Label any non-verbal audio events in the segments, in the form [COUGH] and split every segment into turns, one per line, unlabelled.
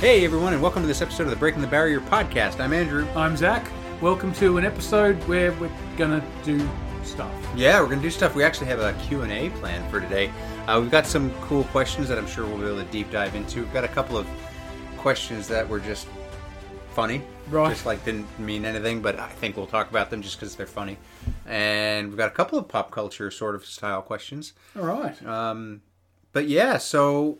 Hey everyone, and welcome to this episode of the Breaking the Barrier podcast. I'm Andrew.
I'm Zach. Welcome to an episode where we're gonna do stuff.
Yeah, we're gonna do stuff. We actually have a Q&A plan for today. Uh, we've got some cool questions that I'm sure we'll be able to deep dive into. We've got a couple of questions that were just funny,
Right.
just like didn't mean anything, but I think we'll talk about them just because they're funny. And we've got a couple of pop culture sort of style questions.
All right.
Uh, But yeah, so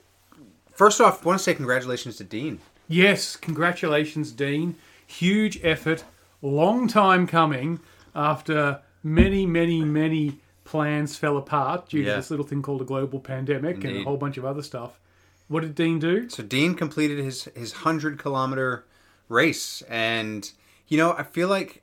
first off, want to say congratulations to Dean.
yes, congratulations, Dean. Huge effort, long time coming after many, many, many plans fell apart due
Yeah.
to this little thing called a global pandemic and
Indeed.
a whole bunch of other stuff. What did Dean do?
So Dean completed his his hundred kilometer race, and you know I feel like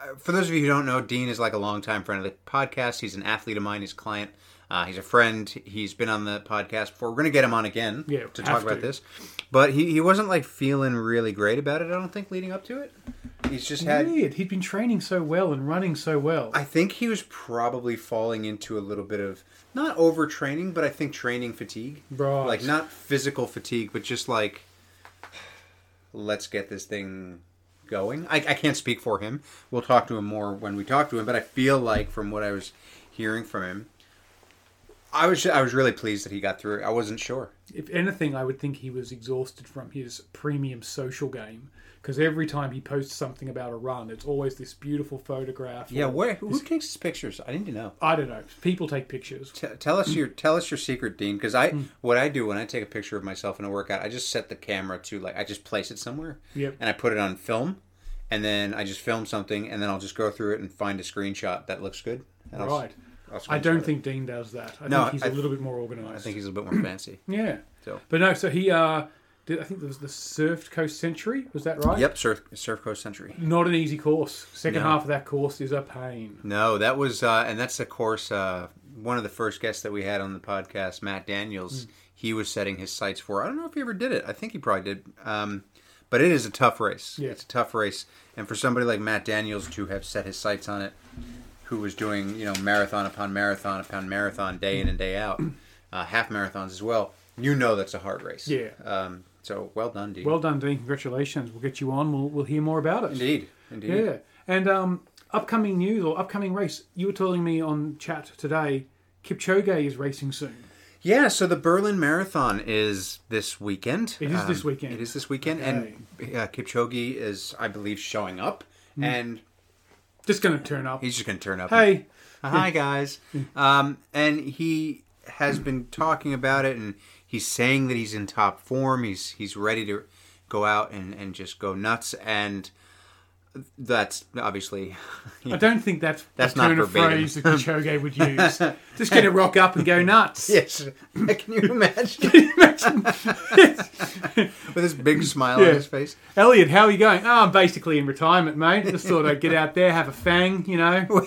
uh, for those of you who don't know, Dean is like a longtime friend of the podcast. He's an athlete of mine, his client. Uh, he's a friend. He's been on the podcast before. We're gonna get him on again
Yeah,
to
have
talk about
to.
this, but he he wasn't like feeling really great about it. I don't think leading up to it. He's just had
Weird. He'd been training so well and running so well.
I think he was probably falling into a little bit of not overtraining, but I think training fatigue.
Right.
Like not physical fatigue, but just like let's get this thing going. I, I can't speak for him. We'll talk to him more when we talk to him, but I feel like from what I was hearing from him, I was I was really pleased that he got through. it. I wasn't sure.
if anything, I would think he was exhausted from his premium social game because every time he posts something about a run, it's always this beautiful photograph. or-
Yeah, where who takes his pictures? I didn't know.
I don't know. People take pictures.
T- tell
Mm.
us your tell us your secret, Dean. Because I what I do when I take a picture of myself in a workout, I just set the camera to like I just place it somewhere,
Yep.
and I put it on film, and then I just film something, and then I'll just go through it and find a screenshot that looks good. And I'll,
Right.
I'll
I
screenshot
don't
it.
think Dean does that. I
No,
think he's a
I-
little bit more organised.
I think he's a bit more fancy.
yeah.
So.
But no, so he uh, did. I think there was the Surf Coast Century. Was that right?
Yep, surf, surf Coast Century.
Not an easy course. Second
No.
half of that course is a pain.
No, that was, uh, and that's of course uh, one of the first guests that we had on the podcast, Matt
Mm.
Daniels. He was setting his sights for. I don't know if he ever did it. I think he probably did, um, but it is a tough race.
Yeah.
It's a tough race, and for somebody like Matt Daniels to have set his sights on it, who was doing you know marathon upon marathon upon marathon, day in and day out, uh, half marathons as well. You know that's a hard race.
Yeah.
Um, so well done, Dean.
Well done, Dean. Congratulations. We'll get you on. We'll we'll hear more about it.
indeed, indeed.
Yeah. And um, upcoming news or upcoming race, you were telling me on chat today, Kipchoge is racing soon.
Yeah, so the Berlin Marathon is this weekend. Um,
It is this weekend.
It is this weekend, and uh, Kipchoge is, I believe, showing up, and
Just going to turn up.
he's just going to turn up. and-
Hey,
hi guys. Um, and he has been talking about it, and he's saying that he's in top form. He's he's ready to go out and and just go nuts, and that's obviously [LAUGHS]
[LAUGHS] I don't think that's,
That's
a
not
turn of
verbatim.
phrase that Kipchoge
[LAUGHS]
would use. Just going to rock up and go nuts.
Yes. [LAUGHS] Can you imagine? Can you imagine? [LAUGHS] With this big smile
Yeah.
on his face.
Elliot, how are you going? Oh, I'm basically in retirement, mate. Just thought I'd get out there, have a fang,
[LAUGHS]
you know,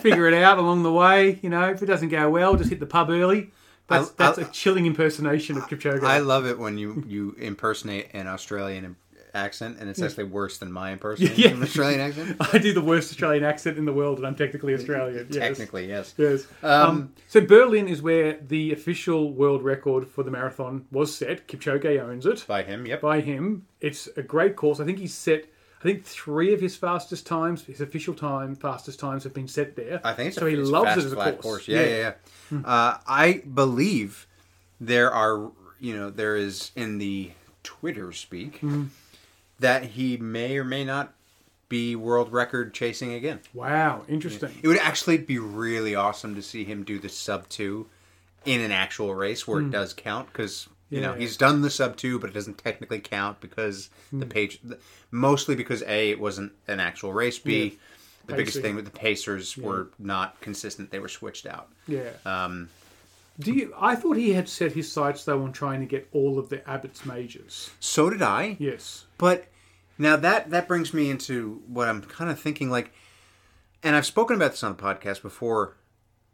figure it out along the way. You know, if it doesn't go well, just hit the pub early. That's,
I- I-
that's a chilling impersonation of Kipchoge.
I love it when you you impersonate an Australian accent, and it's actually worse than
[LAUGHS]
my impersonation
Yeah.
of an Australian accent.
I do the worst Australian accent in the world, and I'm technically Australian. Yes.
Technically, yes.
Yes. Um, so Berlin is where the official world record for the marathon was set. Kipchoge owns it
By him, yep.
by him. It's a great course. I think he's set. I think three of his fastest times, his official time fastest times, have been set there.
I think it's
so.
a,
he
it's
loves
fast,
it as a
flat
course. Hmm.
Yeah, yeah, yeah. Uh, I believe there are, you know, there is in the Twitter speak
Hmm.
that he may or may not be world record chasing again.
Wow, interesting.
It would actually be really awesome to see him do the sub two in an actual race where it does count because you know
Yeah.
he's done the sub two, but it doesn't technically count because the page mostly because a it wasn't an actual race. B the biggest
Pacing.
thing with the Pacers were not consistent; they were switched out.
Yeah.
Um,
Do you? I thought he had set his sights though on trying to get all of the Abbott's majors.
so did I.
Yes.
But now that that brings me into what I'm kind of thinking like and I've spoken about this on the podcast before.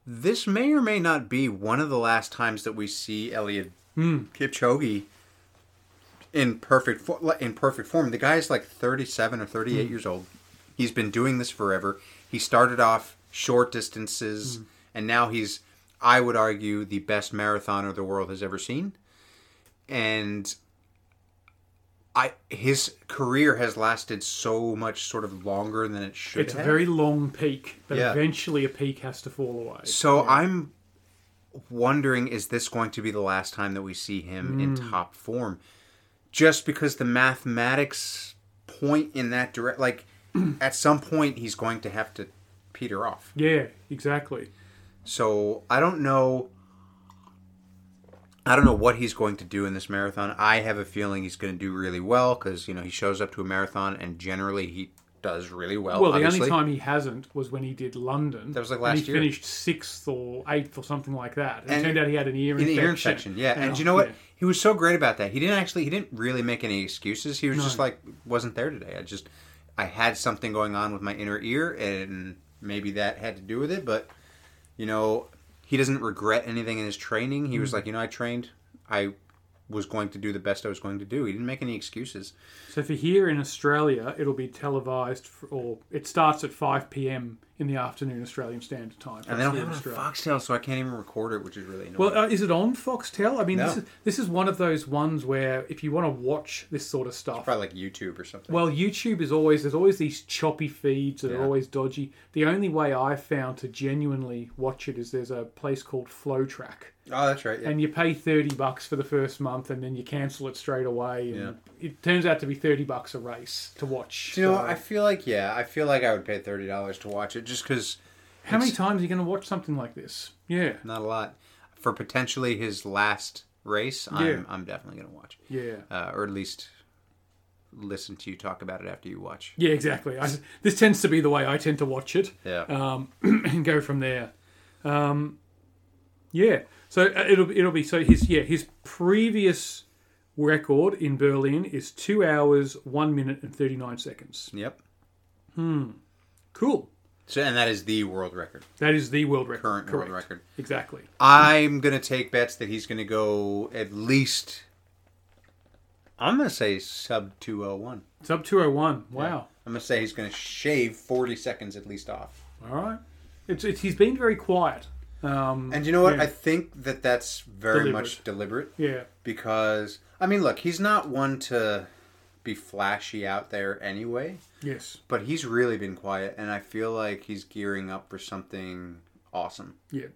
This may or may not be one of the last times that we see Elliot
Hmm.
Kipchoge in perfect fo- like, in perfect form. The guy's like 37 or 38
Hmm.
years old. He's been doing this forever. He started off short distances
Hmm.
and now he's I would argue the best marathoner the world has ever seen. And I his career has lasted so much sort of longer than it should.
It's a
have.
very long peak, but
Yeah.
eventually a peak has to fall away.
So I'm wondering is this going to be the last time that we see him in
Hmm.
top form? Just because the mathematics point in that direct
[CLEARS THROAT]
like at some point he's going to have to peter off.
Yeah, exactly.
So I don't know I don't know what he's going to do in this marathon. I have a feeling he's going to do really well cuz you know he shows up to a marathon and generally he does really well.
Well,
Oh, obviously.
the only time he hasn't was when he did London.
That was, like,
and
last
he
year.
finished sixth or eighth or something like that. And,
And-
it turned out he had an ear
in
infection.
the ear infection. Yeah, and
Oh,
you know what?
yeah.
He was so great about that. He didn't actually. He didn't really make any excuses. He was just
No.
like, wasn't there today. I just, I had something going on with my inner ear, and maybe that had to do with it. But you know, he doesn't regret anything in his training. He
Mm.
was like, you know, I trained. I was going to do the best I was going to do. He didn't make any excuses.
So for here in Australia, it'll be televised, for, or it starts at 5 p.m. in the afternoon Australian Standard Time.
And they don't
That's
have
in
it on
Australia.
Foxtel, so I can't even record it, which is really annoying.
Well, uh, is it on Foxtel? I mean,
No.
this is this is one of those ones where if you want to watch this sort of stuff,
probably like YouTube or something.
well, YouTube is always there's always these choppy feeds that
Yeah.
are always dodgy. The only way I found to genuinely watch it is there's a place called FlowTrack,
oh, that's right. Yeah.
and you pay thirty bucks for the first month, and then you cancel it straight away. And it turns out to be thirty bucks a race to watch.
You know,
So-
I feel like yeah, I feel like I would pay thirty dollars to watch it just because.
How many times are you going to watch something like this? Yeah,
Not a lot. For potentially his last race,
Yeah.
I'm, I'm definitely going to watch.
yeah,
Uh, or at least listen to you talk about it after you watch.
yeah. Exactly. I, this tends to be the way I tend to watch it,
Yeah.
um, [CLEARS THROAT] and go from there. Um, yeah. So uh, it'll it'll be so his yeah his previous record in Berlin is two hours one minute and thirty nine seconds.
yep.
Cool.
So, and that is the world record,
That is the world record.
current
Correct.
world record.
Exactly.
I'm going to take bets that he's going to go at least, I'm going to say sub 201.
It's up two oh one. Wow.
I'm going to say he's going to shave 40 seconds at least off.
All right. It's, it's he's been very quiet. Um,
And you know what?
Yeah.
I think that that's very much deliberate.
yeah.
because I mean, look, he's not one to be flashy out there anyway,
Yes.
but he's really been quiet, and I feel like he's gearing up for something awesome.
Yeah.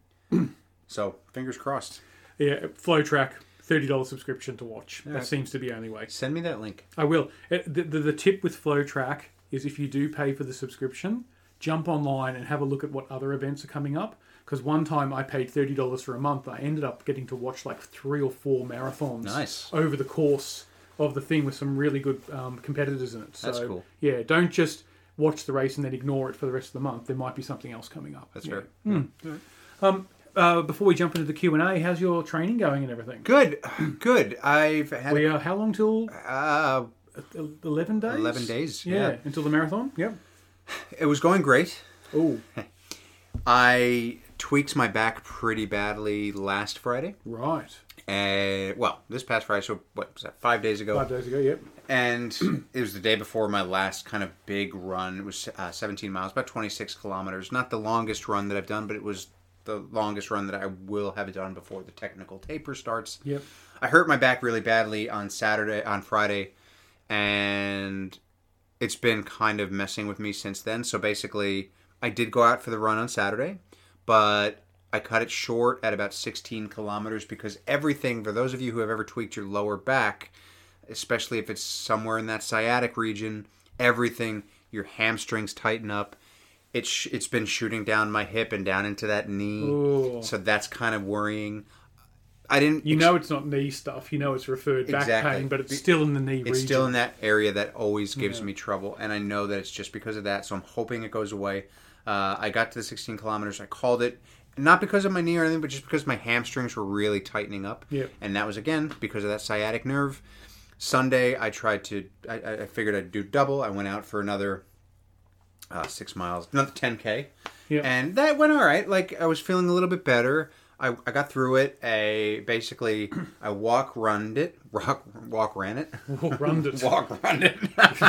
So fingers crossed.
Yeah, flow track, thirty dollars subscription to watch. That
right.
seems to be the only way.
Send me that link.
I will. Uh, The, the, the tip with flow track is if you do pay for the subscription, jump online and have a look at what other events are coming up. Because one time I paid thirty dollars for a month, I ended up getting to watch like three or four marathons
Nice.
over the course of the thing with some really good um, competitors in it. So,
That's cool.
Yeah, don't just watch the race and then ignore it for the rest of the month. There might be something else coming up.
That's
Yeah.
fair.
Uh, before we jump into the Q and A, how's your training going and everything?
Good, [CLEARS THROAT] good. I've had
We are how long till
uh,
Eleven days.
11 days,
Yeah,
yeah.
until the marathon. Yep.
it was going great.
Oh,
I tweaked my back pretty badly last Friday,
right.
and well, this past Friday. So what was that? Five days ago.
Five days ago. Yep.
and it was the day before my last kind of big run. It was uh, 17 miles, about 26 kilometers. Not the longest run that I've done, but it was the longest run that I will have done before the technical taper starts.
Yep.
I hurt my back really badly on Saturday, on Friday, and it's been kind of messing with me since then. So basically, I did go out for the run on Saturday, but I cut it short at about 16 kilometers because everything, for those of you who have ever tweaked your lower back, especially if it's somewhere in that sciatic region, everything, your hamstrings tighten up. It's, sh- it's been shooting down my hip and down into that knee.
Ooh.
Hmm. So that's kind of worrying. I didn't
Oh. You know it's not knee stuff. You know it's referred back
Exactly.
pain, but it's
Be-
still in the knee region.
it's still in that area that always gives me trouble and i know that it's just because of that so i'm hoping it goes away uh, i got to the 16 kilometers i called it not because of my knee or anything but just because my hamstrings were really tightening up
Yep.
and that was again because of that sciatic nerve sunday i tried to i, I I figured i'd do double i went out for another uh, six miles another 10k
Yep.
and that went all right. Like I was feeling a little bit better. I, I got through it. I basically [CLEARS THROAT] I walk runned it, [LAUGHS] rock walk ran it,
Walk
[LAUGHS]
round it.
walk run it.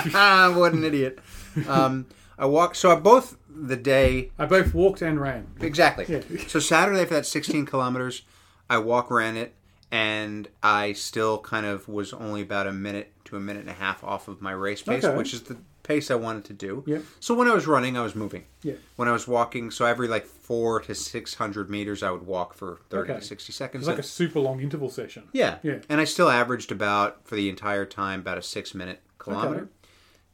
what an idiot. Um, I walked. So I both the day
I both walked and ran.
exactly.
Yeah.
So Saturday for that 16 kilometers, I walk ran it, and I still kind of was only about a minute to a minute and a half off of my race pace,
Okay.
which is the pace I wanted to do.
Yep.
So when I was running, I was moving.
Yeah.
When I was walking, so every like four to six hundred meters, I would walk for thirty
Okay.
to sixty
It's
seconds.
like a super long interval session.
yeah.
Yeah.
And I still averaged about for the entire time about a six minute kilometer.
Okay.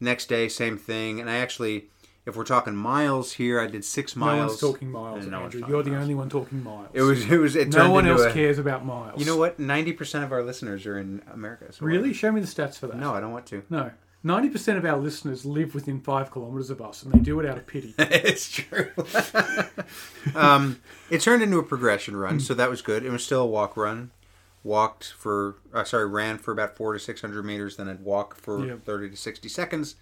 Next day, same thing, and I actually, if we're talking miles here, I did six
No
miles.
one's talking miles,
And no one's
Andrew.
talking
You're the
miles.
only one talking miles.
It was. It was. It
no
turned
one
into
else
a-
cares about miles.
You know what? Ninety percent of our listeners are in America. So
Really? Show me the stats for that.
No, I don't want to.
No. 90% of our listeners live within five kilometres of us, and they do it out
[LAUGHS]
of pity.
it's true. um, it turned into a progression run, so that was good. It was still a walk run. Walked for, uh, sorry, ran for about four to six hundred meters. Then I'd walk for
Yeah.
thirty to sixty seconds.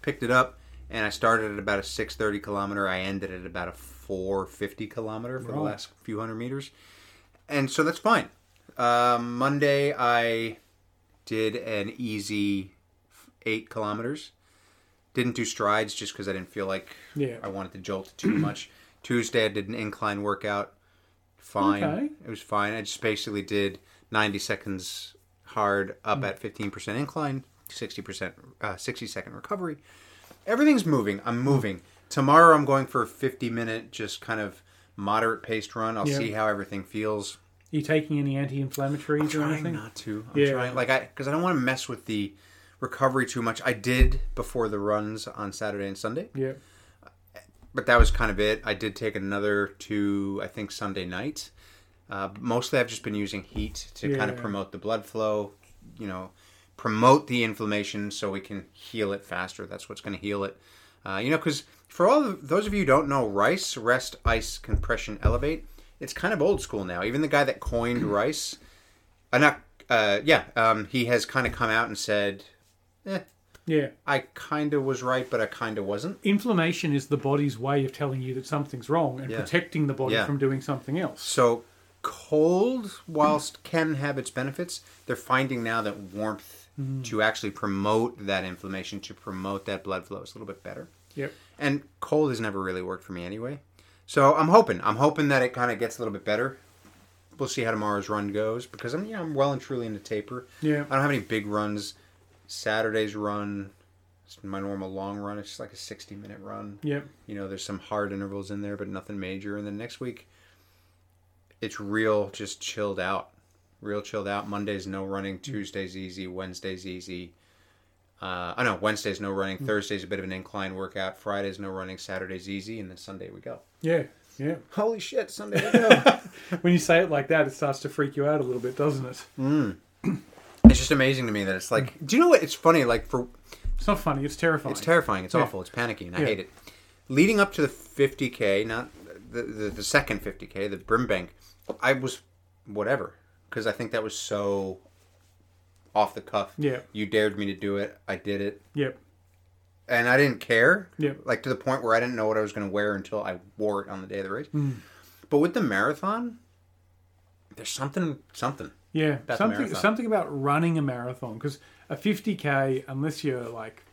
Picked it up, and I started at about a six thirty kilometer. I ended at about a four fifty kilometer for the
Right.
last few hundred meters, and so that's fine. Um, Monday, I did an easy eight kilometers. Didn't do strides just because I didn't feel like
Yeah.
I wanted to jolt
[CLEARS THROAT]
too much. Tuesday, I did an incline workout. Fine.
Okay.
It was fine. I just basically did 90 seconds hard up
Mm.
at 15% incline, 60%, uh, 60 second recovery. Everything's moving.
Mm.
I'm moving. Tomorrow, I'm going for a 50 minute, just kind of moderate paced run. I'll
Yeah.
see how everything feels.
Are you taking any anti
I'm
inflammatories or
trying
anything?
not to. I'm
Yeah.
trying like I because I don't want to mess with the recovery too much. I did before the runs on Saturday and Sunday,
Yeah.
but that was kind of it. I did take another two, I think Sunday night. Uh, mostly, I've just been using heat to kind of
Yeah.
promote the blood flow. You know, promote the inflammation so we can heal it faster. That's what's going to heal it. Uh, you know, because for all of those of you who don't know, rice, rest, ice, compression, elevate. It's kind of old school now. Even the guy that coined rice uh, not uh, yeah um, he has kind of come out and said eh,
Yeah.
i kind of was right but i kind of wasn't
Inflammation is the body's way of telling you that something's wrong and
Yeah.
protecting the body
Yeah.
from doing something else.
so cold whilst can have its benefits they're finding now that warmth to actually promote that inflammation to promote that blood flow is a little bit better
Yep.
and cold has never really worked for me anyway so i'm hoping i'm hoping that it kind of gets a little bit better we'll see how tomorrow's run goes because i'm yeah i'm well and truly into taper
Yeah.
I don't have any big runs. Saturday's run, it's my normal long run, it's just like a 60 minute run.
Yep.
You know, there's some hard intervals in there, but nothing major. And then next week, it's real, just chilled out. Real chilled out. Monday's no running. Tuesday's easy. Wednesday's easy. Uh, I know Wednesday's no running. Thursday's a bit of an incline workout. Friday's no running. Saturday's easy, and then Sunday we go.
Yeah. Yeah.
Holy shit! Sunday [LAUGHS] we go.
When you say it like that, it starts to freak you out a little bit, doesn't it?
Mm. it's just amazing to me that it's like. Do you know what? It's funny. Like for
It's not funny. It's terrifying.
It's terrifying. It's
Yeah.
awful. It's panicky, and I
Yeah.
hate it. Leading up to the 50k, not the the, the second 50k, the Brimbank, I was whatever because I think that was so off the cuff.
Yeah.
you dared me to do it. I did it,
Yep.
and I didn't care.
Yeah.
like to the point where I didn't know what I was going to wear until I wore it on the day of the race. But with the marathon, there's something something.
Yeah,
the
something
marathon.
something about running a marathon because a 50k, unless you're like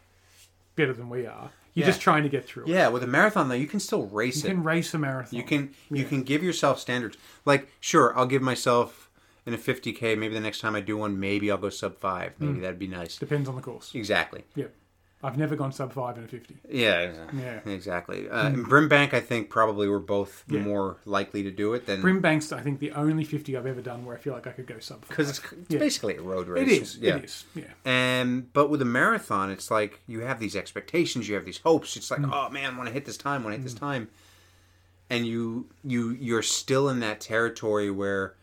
better than we are, you're
Yeah.
just trying to get through. it.
Yeah, with a marathon though, you can still race
You
it.
can race a marathon.
You can you can give yourself standards. Like, sure, I'll give myself in a 50k. Maybe the next time I do one, maybe I'll go sub five.
Hmm.
Maybe that'd be nice.
depends on the course.
Exactly.
Yeah, I've never gone sub five in a 50.
Yeah.
Yeah. Hmm.
Exactly. Uh, and Brimbank, I think probably we're both
Yeah.
more likely to do it than
Brimbank's, I think, the only 50 I've ever done where I feel like I could go sub.
because
Because
it's, it's
Yeah.
basically a road race.
it is,
Yeah.
it is, yeah,
And Um, but with a marathon, it's like you have these expectations, you have these hopes. It's
Hmm.
like, oh man, I want to hit this time, want to hit this time, and you you you're still in that territory where,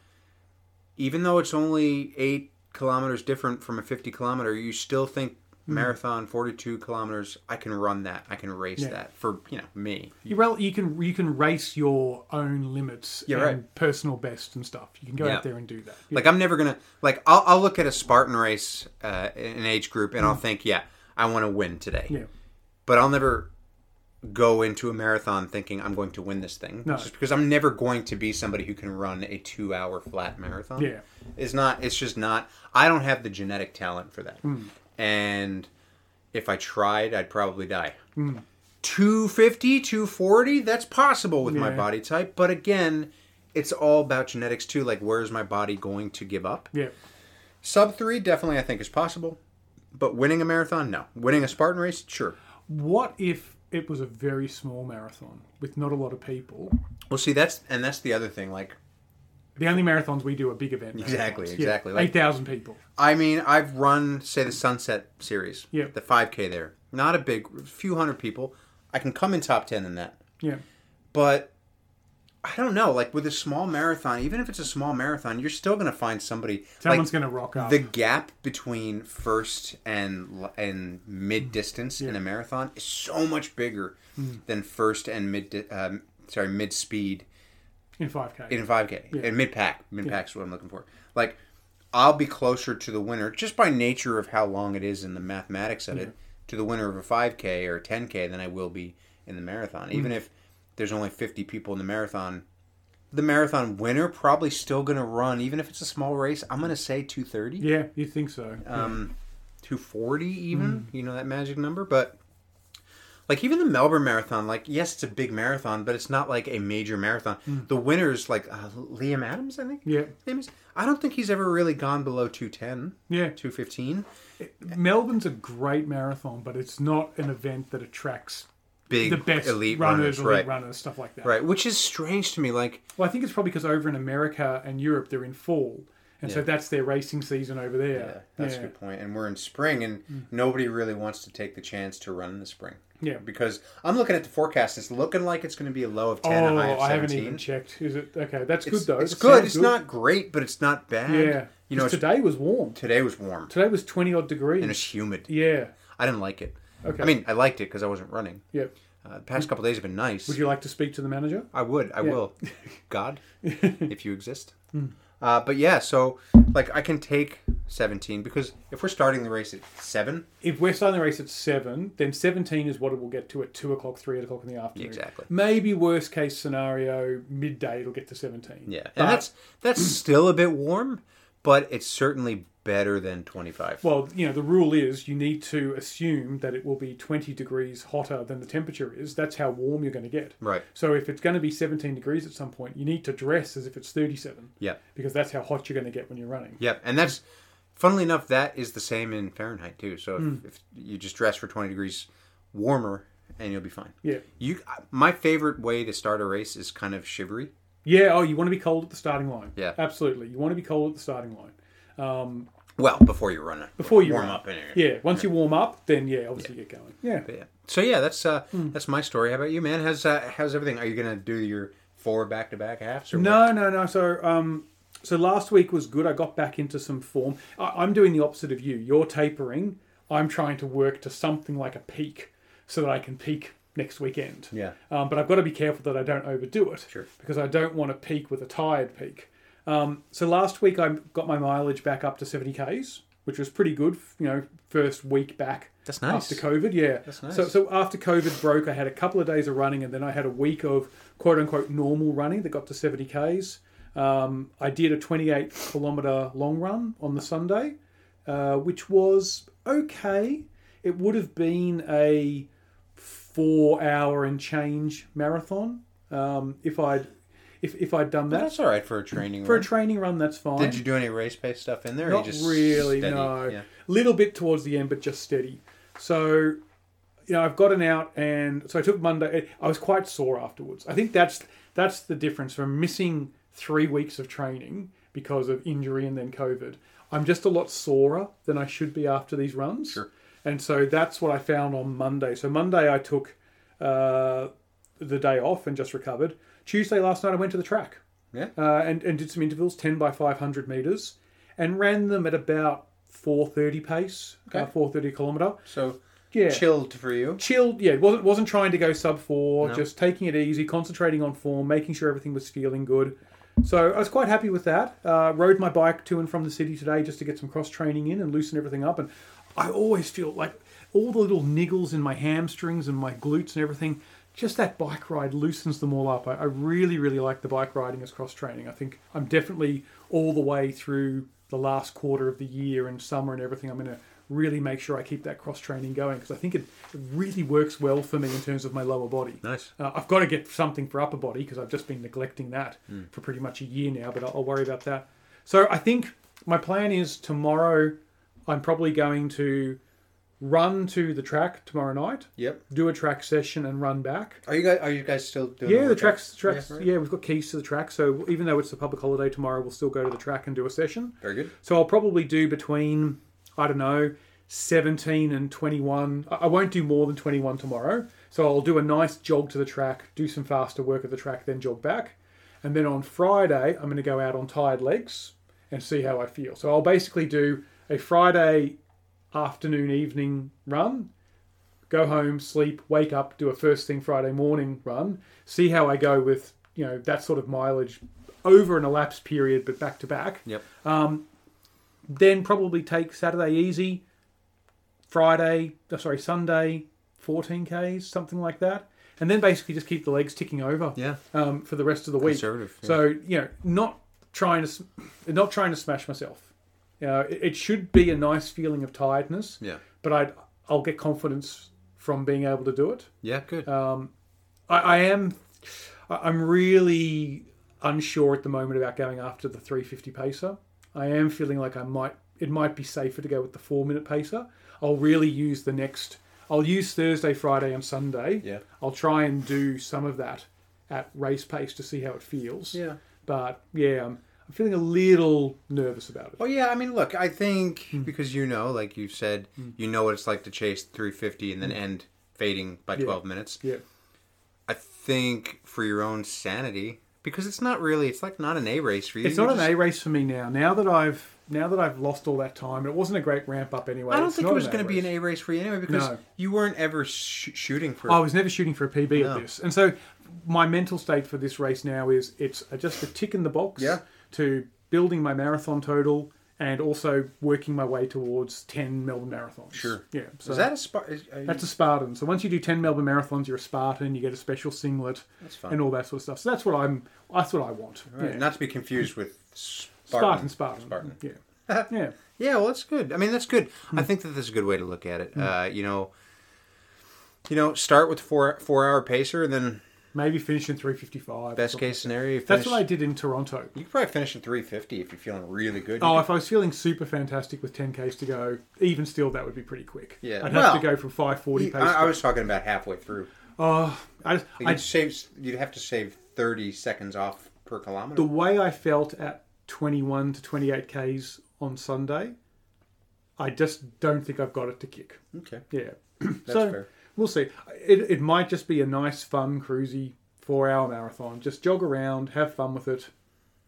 even though it's only eight kilometers different from a fifty kilometer, you still think
Hmm.
marathon forty two kilometers. I can run that. I can race
Yeah.
that for you know me.
You, rel- you can you can race your own limits
Yeah,
and
right.
personal best and stuff. You can go
Yeah.
out there and do that.
Like I'm never gonna like I'll, I'll look at a Spartan race uh, in an age group and I'll think, yeah, I want to win today.
Hmm. yeah,
but I'll never go into a marathon thinking I'm going to win this thing.
No.
Just because I'm never going to be somebody who can run a two hour flat marathon.
Yeah.
It's not it's just not I don't have the genetic talent for that.
Hmm.
And if I tried, I'd probably die.
Hmm.
250, 240, that's possible with my
Yeah.
body type, but again, it's all about genetics too. Like, where is my body going to give up?
Yeah.
Sub three, definitely, I think is possible. But winning a marathon, no. Winning a Spartan race, sure.
What if it was a very small marathon with not a lot of people?
Well, see, that's and that's the other thing. Like,
The only marathons we do are big event.
Exactly,
marathons. Yeah,
exactly. Like-
8,000 people.
I mean, I've run, say, the Sunset Series,
Yeah.
the 5K there. Not a big, few hundred people. I can come in top 10 in that.
Yeah.
But I don't know. Like, with a small marathon, even if it's a small marathon, you're still going to find somebody.
Someone's
like,
going to rock up.
the gap between first and l- and
Mm.
mid distance in a marathon is so much bigger than first and mid di- um, sorry mid speed
in 5K.
in 5K and mid pack. Mid pack's is what I'm looking for. Like I'll be closer to the winner just by nature of how long it is in the mathematics of it to the winner of a 5K or a 10K than I will be in the marathon. Even if there's only 50 people in the marathon, the marathon winner probably still going to run even if it's a small race. I'm going to say 230
yeah, you think so.
um, 240 even you know that magic number but like even the melbourne marathon like yes it's a big marathon but it's not like a major marathon the winners like uh, liam adams i think
yeah.
his name is i don't think he's ever really gone below 210
Yeah.
215
Melbourne's a great marathon, but it's not an event that attracts
big
the best
elite runners,
runners, elite
right
runners, stuff like that.
right which is strange to me like
Well, I think it's probably because over in America and Europe they're in fall, and so
Yeah.
that's their racing season over there.
yeah, that's
yeah. Mm.
a good point and we're in spring and nobody really wants to take the chance to run in the spring
Yeah.
because i'm looking at the forecast it's looking like it's going to be a low of 10
Oh,
a high of 17
I haven't even checked. Is it okay? That's
It's
good though.
It's
It
good.
sounds
It's not great, but it's not bad.
Yeah.
You know,
'Cause
it's,
today was warm.
today was warm
Today was twenty odd degrees.
and it's humid.
yeah.
I didn't like it.
Okay. Mm.
I mean, I liked it because I wasn't running.
yeah.
Uh, the past couple days have been nice.
Would you like to speak to the manager?
I would. I will.
[LAUGHS]
God, if you exist.
Hmm.
Uh, but yeah, so like I can take 17 because if we're starting the race at seven,
If we're starting the race at seven, then seventeen is what it will get to at two o'clock, three o'clock in the afternoon.
Exactly.
Maybe worst case scenario, midday it'll get to seventeen.
yeah, and
But-
that's
[CLEARS THROAT]
that's still a bit warm, but it's certainly better than 25.
Well, you know, the rule is you need to assume that it will be 20 degrees hotter than the temperature is. That's how warm you're going to get.
right.
So if it's going to be 17 degrees at some point, you need to dress as if it's 37
Yeah.
because that's how hot you're going to get when you're running.
Yep, and that's funnily enough that is the same in Fahrenheit too. So if,
Hmm.
if you just dress for 20 degrees warmer, and you'll be fine.
Yeah.
You, uh, my favorite way to start a race is kind of shivery.
Yeah, oh, you want to be cold at the starting line.
Yeah.
Absolutely. You want to be cold at the starting line. Um,
Well, before you run it,
before you
warm
run.
up anyway.
Yeah, once you warm up, then yeah, obviously you get going. Yeah.
But yeah. So yeah, that's uh,
Hmm.
that's my story. How about you, man? How's uh, how's everything? Are you gonna do your four back to back halves? Or what?
No, no, no. So, um, so last week was good. I got back into some form. I, I'm doing the opposite of you. You're tapering. I'm trying to work to something like a peak, so that I can peak next weekend.
Yeah.
Um, but I've got to be careful that I don't overdo it.
Sure.
Because I don't want to peak with a tired peak. Um, so last week I got my mileage back up to 70 k's, which was pretty good. You know, first week back.
That's nice.
After COVID, yeah.
That's nice.
So, so after COVID broke, I had a couple of days of running, and then I had a week of quote unquote normal running that got to 70 k's. Um, I did a 28 kilometer long run on the Sunday, uh, which was okay. It would have been a four hour and change marathon um, if I'd if, if I'd done
But
that
that's all right for a training.
for a
run.
training run. That's fine.
Did you do any race pace stuff in there? or
Not
you just
really,
steady?
no.
Yeah.
Little bit towards the end, but just steady. So, you know, I've gotten out, and so I took Monday. I was quite sore afterwards. I think that's that's the difference from missing three weeks of training because of injury and then COVID. I'm just a lot sorer than I should be after these runs,
Sure.
and so that's what I found on Monday. So Monday I took uh, the day off and just recovered. Tuesday last night I went to the track
Yeah.
uh, and, and did some intervals 10 by 500 meters and ran them at about 430 pace uh,
Okay.
430 kilometer
So
yeah
chilled for you.
chilled yeah wasn't wasn't trying to go sub 4 just taking it easy concentrating on form making sure everything was feeling good so I was quite happy with that. Uh, rode my bike to and from the city today just to get some cross training in and loosen everything up. And I always feel like all the little niggles in my hamstrings and my glutes and everything, just that bike ride loosens them all up. I, I really, really like the bike riding as cross training. I think I'm definitely all the way through the last quarter of the year and summer and everything. I'm in a really make sure I keep that cross training going because I think it really works well for me in terms of my lower body.
Nice.
Uh, I've got to get something for upper body because I've just been neglecting that for pretty much a year now, but I'll, I'll worry about that. So I think my plan is tomorrow I'm probably going to run to the track tomorrow night,
Yep.
do a track session, and run back.
Are you guys? Are you guys still doing?
Yeah, the
workout?
tracks, the tracks.
Yeah,
Yeah,
right.
we've got keys to the track, so even though it's a public holiday tomorrow, we'll still go to the track and do a session.
Very good.
So I'll probably do between I don't know seventeen and twenty-one. I I won't do more than twenty-one tomorrow. So I'll do a nice jog to the track, do some faster work at the track, then jog back, and then on Friday I'm going to go out on tired legs and see how I feel. So I'll basically do a Friday afternoon evening run go home, sleep, wake up, do a first thing Friday morning run, see how I go with you know that sort of mileage over an elapsed period, but back to back.
Yep.
Then probably take Saturday easy, Friday, oh, sorry, Sunday, 14 k's, something like that, and then basically just keep the legs ticking over
Yeah.
um, for the rest of the week.
Conservative, yeah.
So you know, not trying to, sm- not trying to smash myself. You know, it, it should be a nice feeling of tiredness,
Yeah.
but I I'll get confidence from being able to do it.
Yeah. Good.
Uh, I, I am. I- I'm really unsure at the moment about going after the 350 pacer. I am feeling like I might. It might be safer to go with the four minute pacer. I'll really use the next. I'll use Thursday, Friday, and Sunday.
Yeah.
I'll try and do some of that at race pace to see how it feels.
yeah.
But yeah, I'm, I'm feeling a little nervous about it.
Well, yeah. I mean, look. I think
Hmm.
because you know, like you said, you know what it's like to chase 350 and then end fading by 12 minutes.
Hmm. Yeah.
I think for your own sanity, because it's not really. It's like not an A race for you.
It's
You
not an
just-
A race for me now. Now that I've now that I've lost all that time, and it wasn't a great ramp up anyway.
I don't
it's
think
not
it was
an A
going to be
race.
an A race for you anyway because
No. Oh,
you weren't ever sh- shooting for.
I was never shooting for a PB
No.
at this. And so my mental state for this race now is it's just a tick in the box
Yeah.
to building my marathon total and also working my way towards 10 Melbourne marathons.
Sure.
Yeah. So
is that a spark? Is, are you-
that's a Spartan. So once you do 10 Melbourne marathons, you're a Spartan, you get a special singlet
That's fine.
and all that sort of stuff. So that's what I'm that's what I want.
Right,
Yeah. Hmm.
Not to be confused with
Spartan,
Spartan.
Spartan.
Spartan.
Yeah. [LAUGHS] yeah.
Yeah, well, that's good. I mean, that's good. I
Hmm.
think that that's a good way to look at it. Uh, you know, you know, start with four four hour pacer, and then
Maybe finish in 355.
best case scenario, you finish,
That's what I did in Toronto.
you could probably finish in three fifty if you're feeling really good. You
Oh,
could-
if I was feeling super fantastic with 10Ks to go, even still, that would be pretty quick.
Yeah.
I'd
Well,
have to go from 540
you-
pace.
I, I
to-
was talking about halfway through.
oh, I, just-
You'd
I,
save. You'd have to save thirty seconds off per kilometer.
the way I felt at 21 to 28Ks on Sunday, I just don't think I've got it to kick.
okay,
Yeah. [CLEARS THROAT]
that's
so
fair.
we'll see. It, it might just be a nice, fun, cruisy four hour marathon. Just jog around, have fun with it.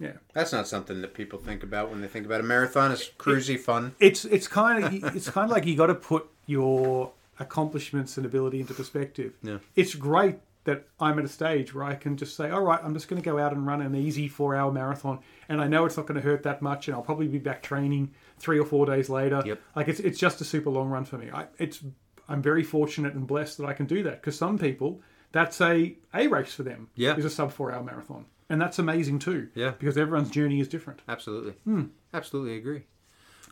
Yeah.
That's not something that people think about when they think about a marathon. It's cruisy fun.
it's it's kind of it's kind of like you got to put your accomplishments and ability into perspective.
Yeah.
It's great that I'm at a stage where I can just say, all right, I'm just going to go out and run an easy four-hour marathon, and I know it's not going to hurt that much, and I'll probably be back training three or four days later.
Yep.
Like it's it's just a super long run for me. I, it's I'm very fortunate and blessed that I can do that because some people that's a a race for them.
Yeah.
is a sub four-hour marathon, and that's amazing too.
Yeah.
because everyone's journey is different.
Absolutely.
Hmm.
Absolutely agree.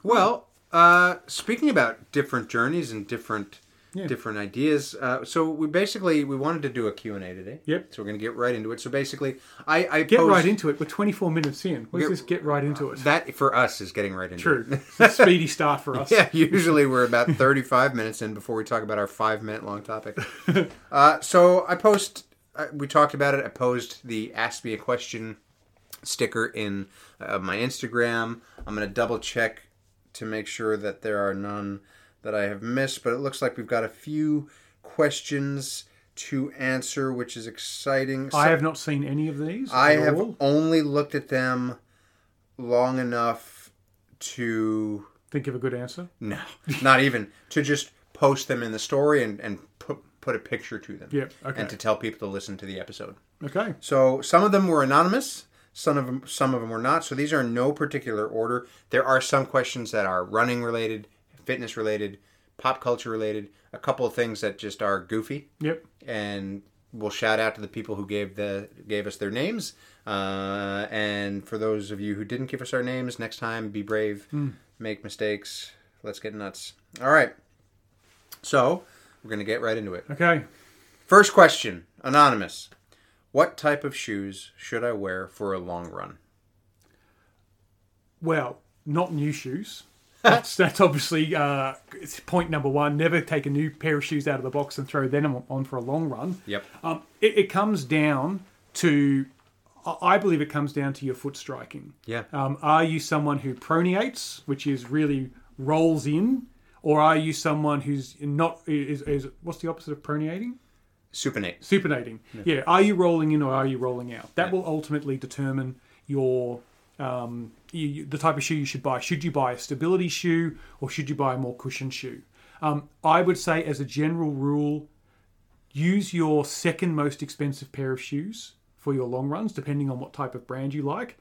Well, uh, speaking about different journeys and different
Yeah.
different ideas, uh, so we basically we wanted to do a Q and A today.
Yep.
So we're going to get right into it. So basically, I, I
Get
posed-
right into it. We're 24 minutes in. Let's
Get-
just get right
[LAUGHS]
into it.
that for us is getting right into
True.
it.
It's a speedy start for
[LAUGHS]
us.
Yeah, usually we're about 35 minutes in before we talk about our five minute long
[LAUGHS]
topic. Uh, so I post, uh, we talked about it. I posed the Ask Me a Question sticker in uh, my Instagram. I'm going to double check to make sure that there are none that I have missed, but it looks like we've got a few questions to answer, which is exciting.
I have not seen any of these.
I
at
have
all.
only looked at them long enough to
Think of a good answer.
no, not even to just post them in the story and, and put put a picture to them.
Yep, okay.
And to tell people to listen to the episode.
Okay.
So some of them were anonymous, some of them some of them were not. So these are in no particular order. There are some questions that are running related, fitness related, pop culture related, a couple of things that just are goofy
Yep.
and we'll shout out to the people who gave the gave us their names. Uh, and for those of you who didn't give us our names, next time be brave, make mistakes, let's get nuts. All right. So we're going to get right into it.
Okay.
First question, anonymous. What type of shoes should I wear for a long run?
Well, not
[LAUGHS]
new shoes. That's, that's obviously uh, it's point number one. Never take a new pair of shoes out of the box and throw them on for a long run.
Yep.
Um, it, it comes down to, I- I believe it comes down to your foot striking.
Yeah.
Um, are you someone who pronates, which is really rolls in, or are you someone who's not is, is what's the opposite of pronating?
Supinate.
Supinating. Yeah. Are you rolling in or are you rolling out? That will ultimately determine your um, you, you- the type of shoe you should buy. Should you buy a stability shoe or should you buy a more cushioned shoe? Um, I would say, as a general rule, use your second most expensive pair of shoes for your long runs, depending on what type of brand you like.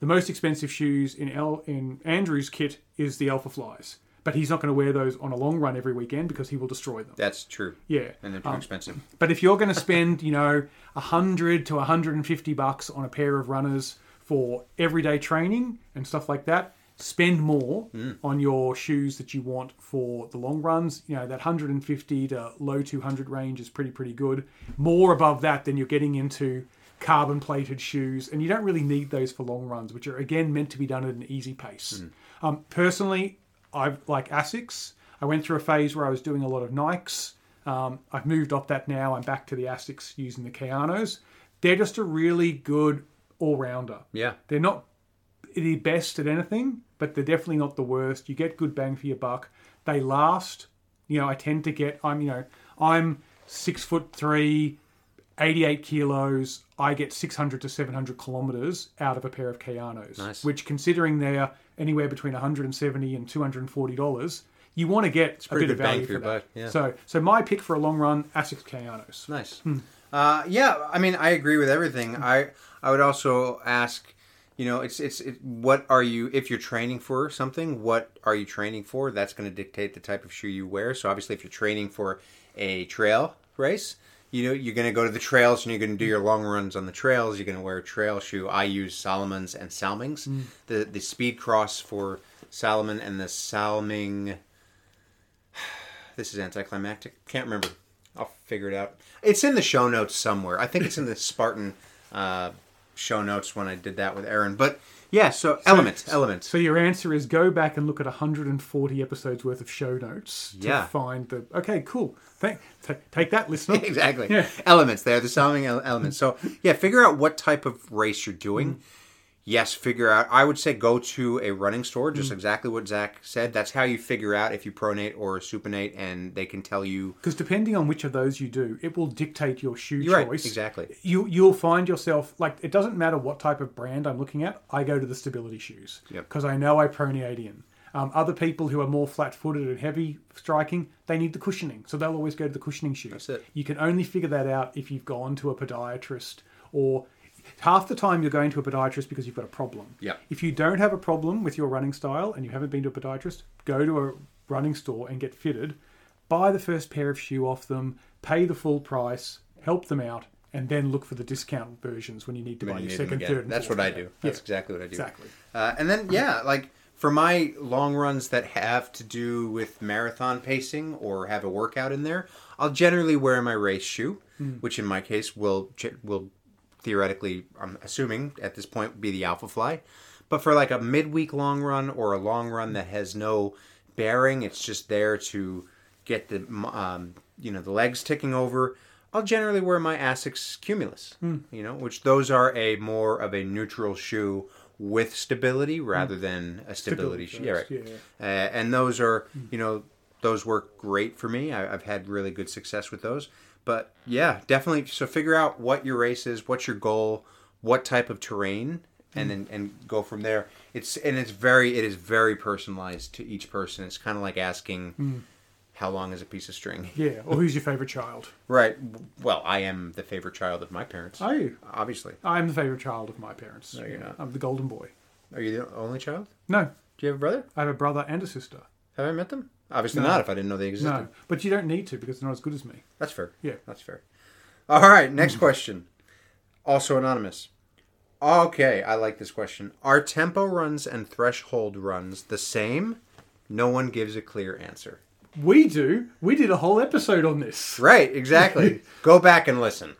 The most expensive shoes in L- in Andrew's kit is the Alpha Flies, but he's not going to wear those on a long run every weekend because he will destroy them.
That's true.
Yeah.
And they're too expensive.
But if you're going to spend, you know, 100 to 150 bucks on a pair of runners for everyday training and stuff like that, spend more on your shoes that you want for the long runs. You know, that 150 to low 200 range is pretty, pretty good. More above that, then you're getting into carbon plated shoes, and you don't really need those for long runs, which are again meant to be done at an easy pace. Um, personally, I like Asics. I went through a phase where I was doing a lot of Nikes. Um, I've moved off that now. I'm back to the Asics using the Keanos. They're just a really good all rounder.
Yeah.
They're not the best at anything, but they're definitely not the worst. You get good bang for your buck. They last. You know, I tend to get. I'm you know I'm six foot three, 88 kilos. I get 600 to 700 kilometers out of a pair of Keanos,
Nice.
which considering they're anywhere between 170 and 240 dollars, you want to get a
pretty
bit of
good bang
value
for your
that.
buck, yeah.
So, so my pick for a long run, Asics Keanos.
Nice. Uh, yeah, I mean, I agree with everything. I I would also ask, you know, it's it's it, what are you if you're training for something? What are you training for? That's going to dictate the type of shoe you wear. So obviously, if you're training for a trail race, you know you're going to go to the trails and you're going to do your long runs on the trails. You're going to wear a trail shoe. I use Salomon's and Salming's. The the Speed Cross for Salomon and the Salming. This is anticlimactic. Can't remember. I'll figure it out. It's in the show notes somewhere. I think it's in the Spartan uh, show notes when I did that with Aaron. But yeah, so, elements, elements.
So your answer is go back and look at 140 episodes worth of show notes to
Yeah.
find the. Okay, cool. Thank, ta take that, listener.
exactly.
[LAUGHS] Yeah.
Elements. They're the sounding ele- elements. So yeah, figure out what type of race you're doing. Yes, figure out. I would say go to a running store. Just exactly what Zach said. That's how you figure out if you pronate or supinate, and they can tell you.
Because depending on which of those you do, it will dictate your shoe
You're right.
choice.
Exactly.
You you'll find yourself like it doesn't matter what type of brand I'm looking at. I go to the stability shoes
Yep.
because I know I pronate in. Um, other people who are more flat-footed and heavy striking, they need the cushioning, so they'll always go to the cushioning shoes.
That's it.
You can only figure that out if you've gone to a podiatrist or half the time you're going to a podiatrist because you've got a problem.
Yep.
If you don't have a problem with your running style and you haven't been to a podiatrist, go to a running store and get fitted. Buy the first pair of shoe off them, pay the full price, help them out, and then look for the discount versions when you need to buy
when you need
your
them
second,
again.
third. And
That's
fourth
what I
pair.
do. That's
Yeah,
exactly what I do.
Exactly.
Uh, and then yeah, like for my long runs that have to do with marathon pacing or have a workout in there, I'll generally wear my race shoe,
Hmm.
which in my case will ge- will theoretically, I'm assuming at this point, be the Alpha Fly. But for like a midweek long run or a long run that has no bearing, it's just there to get the um, you know the legs ticking over. I'll generally wear my Asics Cumulus,
Hmm.
you know, which those are a more of a neutral shoe with stability rather than a stability,
Hmm. Stability
shoe. Yeah, right.
first, yeah. Hmm.
Uh, and those are, you know, those work great for me. I, I've had really good success with those. But yeah, definitely. So figure out what your race is, what's your goal, what type of terrain, and
Hmm.
then and go from there. It's and it's very it is very personalized to each person. It's kind of like asking,
Hmm.
how long is a piece of string? [LAUGHS]
Yeah. Or who's your favorite child?
Right. Well, I am the favorite child of my parents.
Are you?
Obviously.
I'm the favorite child of my parents. No,
you're not.
I'm the golden boy.
Are you the only child?
No,
Do you have a brother?
I have a brother and a sister.
Have I met them? Obviously not. If I didn't know they existed.
No, but you don't need to because they're not as good as me.
That's fair.
Yeah. Hmm.
That's fair. All right, next question. Also anonymous. Okay, I like this question. Are tempo runs and threshold runs the same? No one gives a clear answer.
We do. We did a whole episode on this.
Right,
[LAUGHS]
exactly. Go back and listen.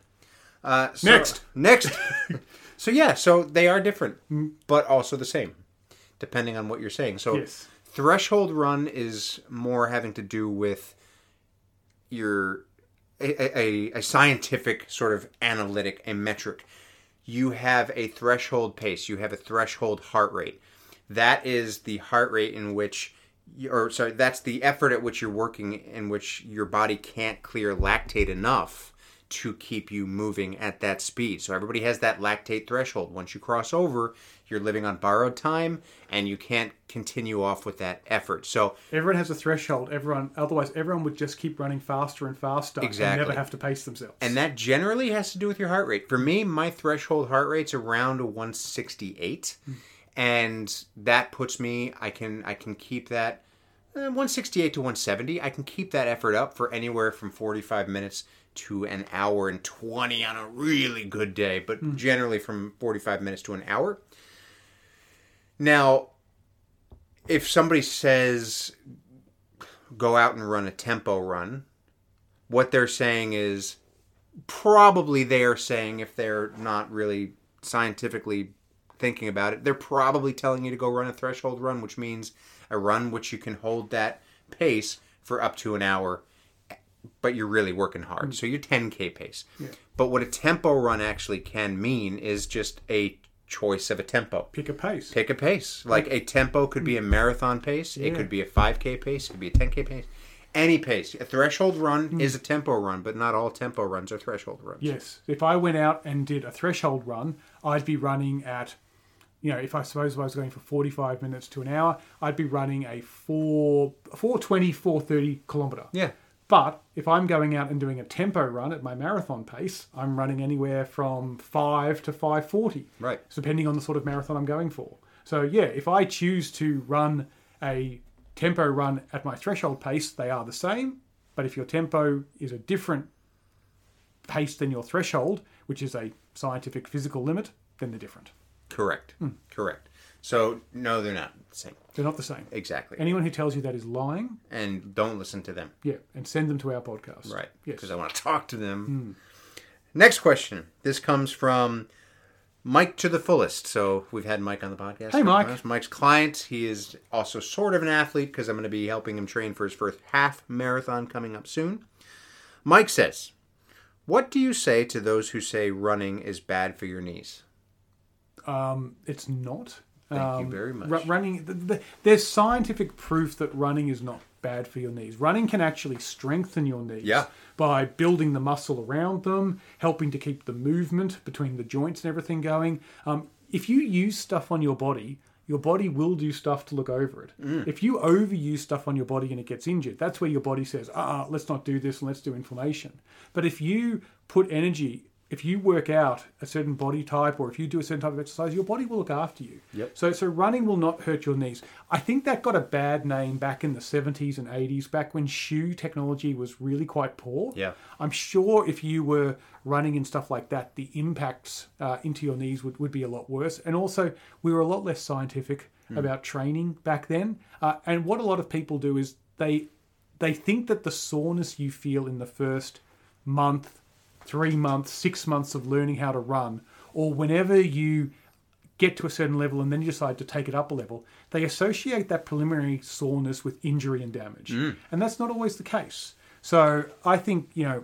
Uh, so-
Next.
Next.
[LAUGHS]
[LAUGHS] so, yeah, so they are different, but also the same, depending on what you're saying. So,
Yes.
threshold run is more having to do with your a, a, a scientific sort of analytic a metric you have a threshold pace you have a threshold heart rate that is the heart rate in which you, or sorry that's the effort at which you're working in which your body can't clear lactate enough to keep you moving at that speed so everybody has that lactate threshold once you cross over you're living on borrowed time and you can't continue off with that effort so
Everyone has a threshold. Everyone, otherwise, everyone would just keep running faster and faster and
Exactly.
never have to pace themselves.
And that generally has to do with your heart rate. For me, my threshold heart rate's around 168, and that puts me. I can I can keep that uh, 168 to 170. I can keep that effort up for anywhere from 45 minutes to an hour and 20 on a really good day, but generally from 45 minutes to an hour. Now, if somebody says go out and run a tempo run, what they're saying is probably they are saying if they're not really scientifically thinking about it, they're probably telling you to go run a threshold run, which means a run which you can hold that pace for up to an hour, but you're really working hard. So your 10k pace. But what a tempo run actually can mean is just a choice of a tempo
pick a pace.
pick a pace. Like a tempo could be a marathon pace. It could be a 5K pace. It could be a 10K pace. Any pace. A threshold run is a tempo run, but not all tempo runs are threshold runs.
Yes. If I went out and did a threshold run, I'd be running at, you know, if I suppose I was going for 45 minutes to an hour, I'd be running a 4, 420, 430 kilometre.
Yeah.
But if I'm going out and doing a tempo run at my marathon pace, I'm running anywhere from 5 to 540.
Right.
Depending on the sort of marathon I'm going for. So, yeah, if I choose to run a tempo run at my threshold pace, they are the same. But if your tempo is a different pace than your threshold, which is a scientific physical limit, then they're different.
Correct. Correct. So, no, they're not the same.
They're not the same.
Exactly.
Anyone who tells you that is lying,
and don't listen to them.
yeah, and send them to our podcast.
Right.
Yes. Hmm.
Because I want to talk to them. Next question. This comes from Mike to the fullest. So we've had Mike on the podcast.
Hey, Mike.
That's Mike's client. He is also sort of an athlete because I'm going to be helping him train for his first half marathon coming up soon. Mike says, What do you say to those who say running is bad for your knees?
Um, it's not.
Thank
um,
you very much.
Ru- running, th th there's scientific proof that running is not bad for your knees. Running can actually strengthen your knees
Yeah.
by building the muscle around them, helping to keep the movement between the joints and everything going. Um, if you use stuff on your body, your body will do stuff to look over it.
Mm.
If you overuse stuff on your body and it gets injured, that's where your body says, ah, let's not do this and let's do inflammation. But if you put energy, if you work out a certain body type or if you do a certain type of exercise, your body will look after you.
Yep.
So, so running will not hurt your knees. I think that got a bad name back in the 70s and 80s, back when shoe technology was really quite poor.
Yeah.
I'm sure if you were running and stuff like that, the impacts uh, into your knees would, would be a lot worse. And also, we were a lot less scientific about training back then. Uh, and what a lot of people do is they they think that the soreness you feel in the first month, three months, six months of learning how to run, or whenever you get to a certain level and then you decide to take it up a level, they associate that preliminary soreness with injury and damage. And that's not always the case. So I think, you know,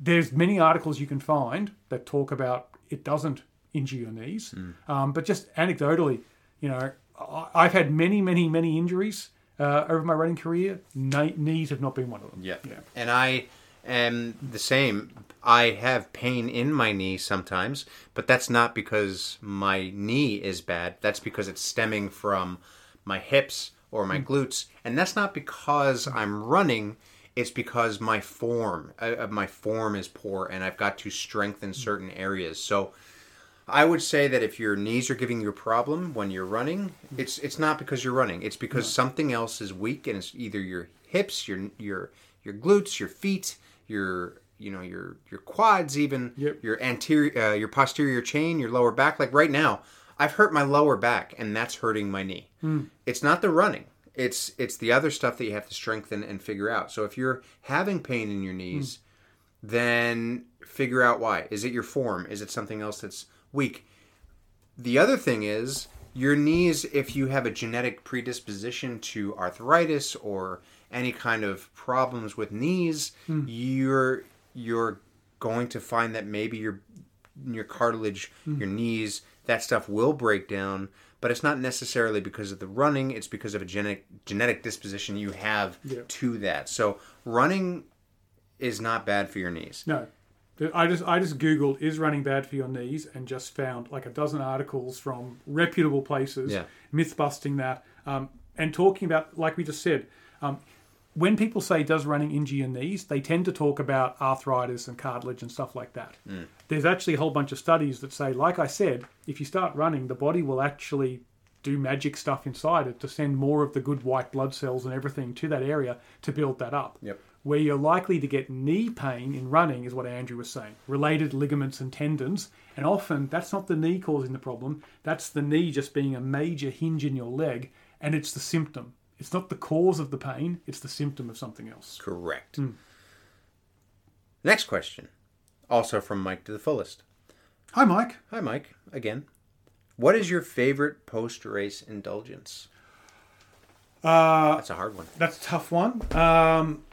there's many articles you can find that talk about it doesn't injure your knees. Um, but just anecdotally, you know, I- I've had many, many, many injuries uh, over my running career. Kne- knees have not been one of them.
Yep.
Yeah.
And I am the same. I have pain in my knee sometimes, but that's not because my knee is bad. That's because it's stemming from my hips or my glutes. And that's not because I'm running. It's because my form, uh, uh, my form is poor, and I've got to strengthen certain areas. So, I would say that if your knees are giving you a problem when you're running, it's it's not because you're running. It's because something else is weak, and it's either your hips, your your your glutes, your feet, your you know your your quads, even
Yep.
your anterior, uh, your posterior chain, your lower back. Like right now, I've hurt my lower back, and that's hurting my knee. It's not the running. It's it's the other stuff that you have to strengthen and figure out. So if you're having pain in your knees, then figure out why. Is it your form? Is it something else that's weak? The other thing is your knees if you have a genetic predisposition to arthritis or any kind of problems with knees, you're you're going to find that maybe your your cartilage, your knees, that stuff will break down, but it's not necessarily because of the running, it's because of a genetic genetic disposition you have
Yeah.
to that. So running is not bad for your knees.
No. I just I just googled is running bad for your knees and just found like a dozen articles from reputable places
Yeah.
myth busting that um, and talking about like we just said um, when people say does running injure your knees they tend to talk about arthritis and cartilage and stuff like that.
Mm.
There's actually a whole bunch of studies that say like I said if you start running the body will actually do magic stuff inside it to send more of the good white blood cells and everything to that area to build that up
Yep.
where you're likely to get knee pain in running is what Andrew was saying. Related ligaments and tendons, and often that's not the knee causing the problem. That's the knee just being a major hinge in your leg, and it's the symptom. It's not the cause of the pain. It's the symptom of something else.
Correct.
Hmm.
Next question, also from Mike to the fullest.
Hi, Mike.
Hi, Mike, again. What is your favorite post race indulgence?
Uh,
That's a hard one,
that's a tough one. Um,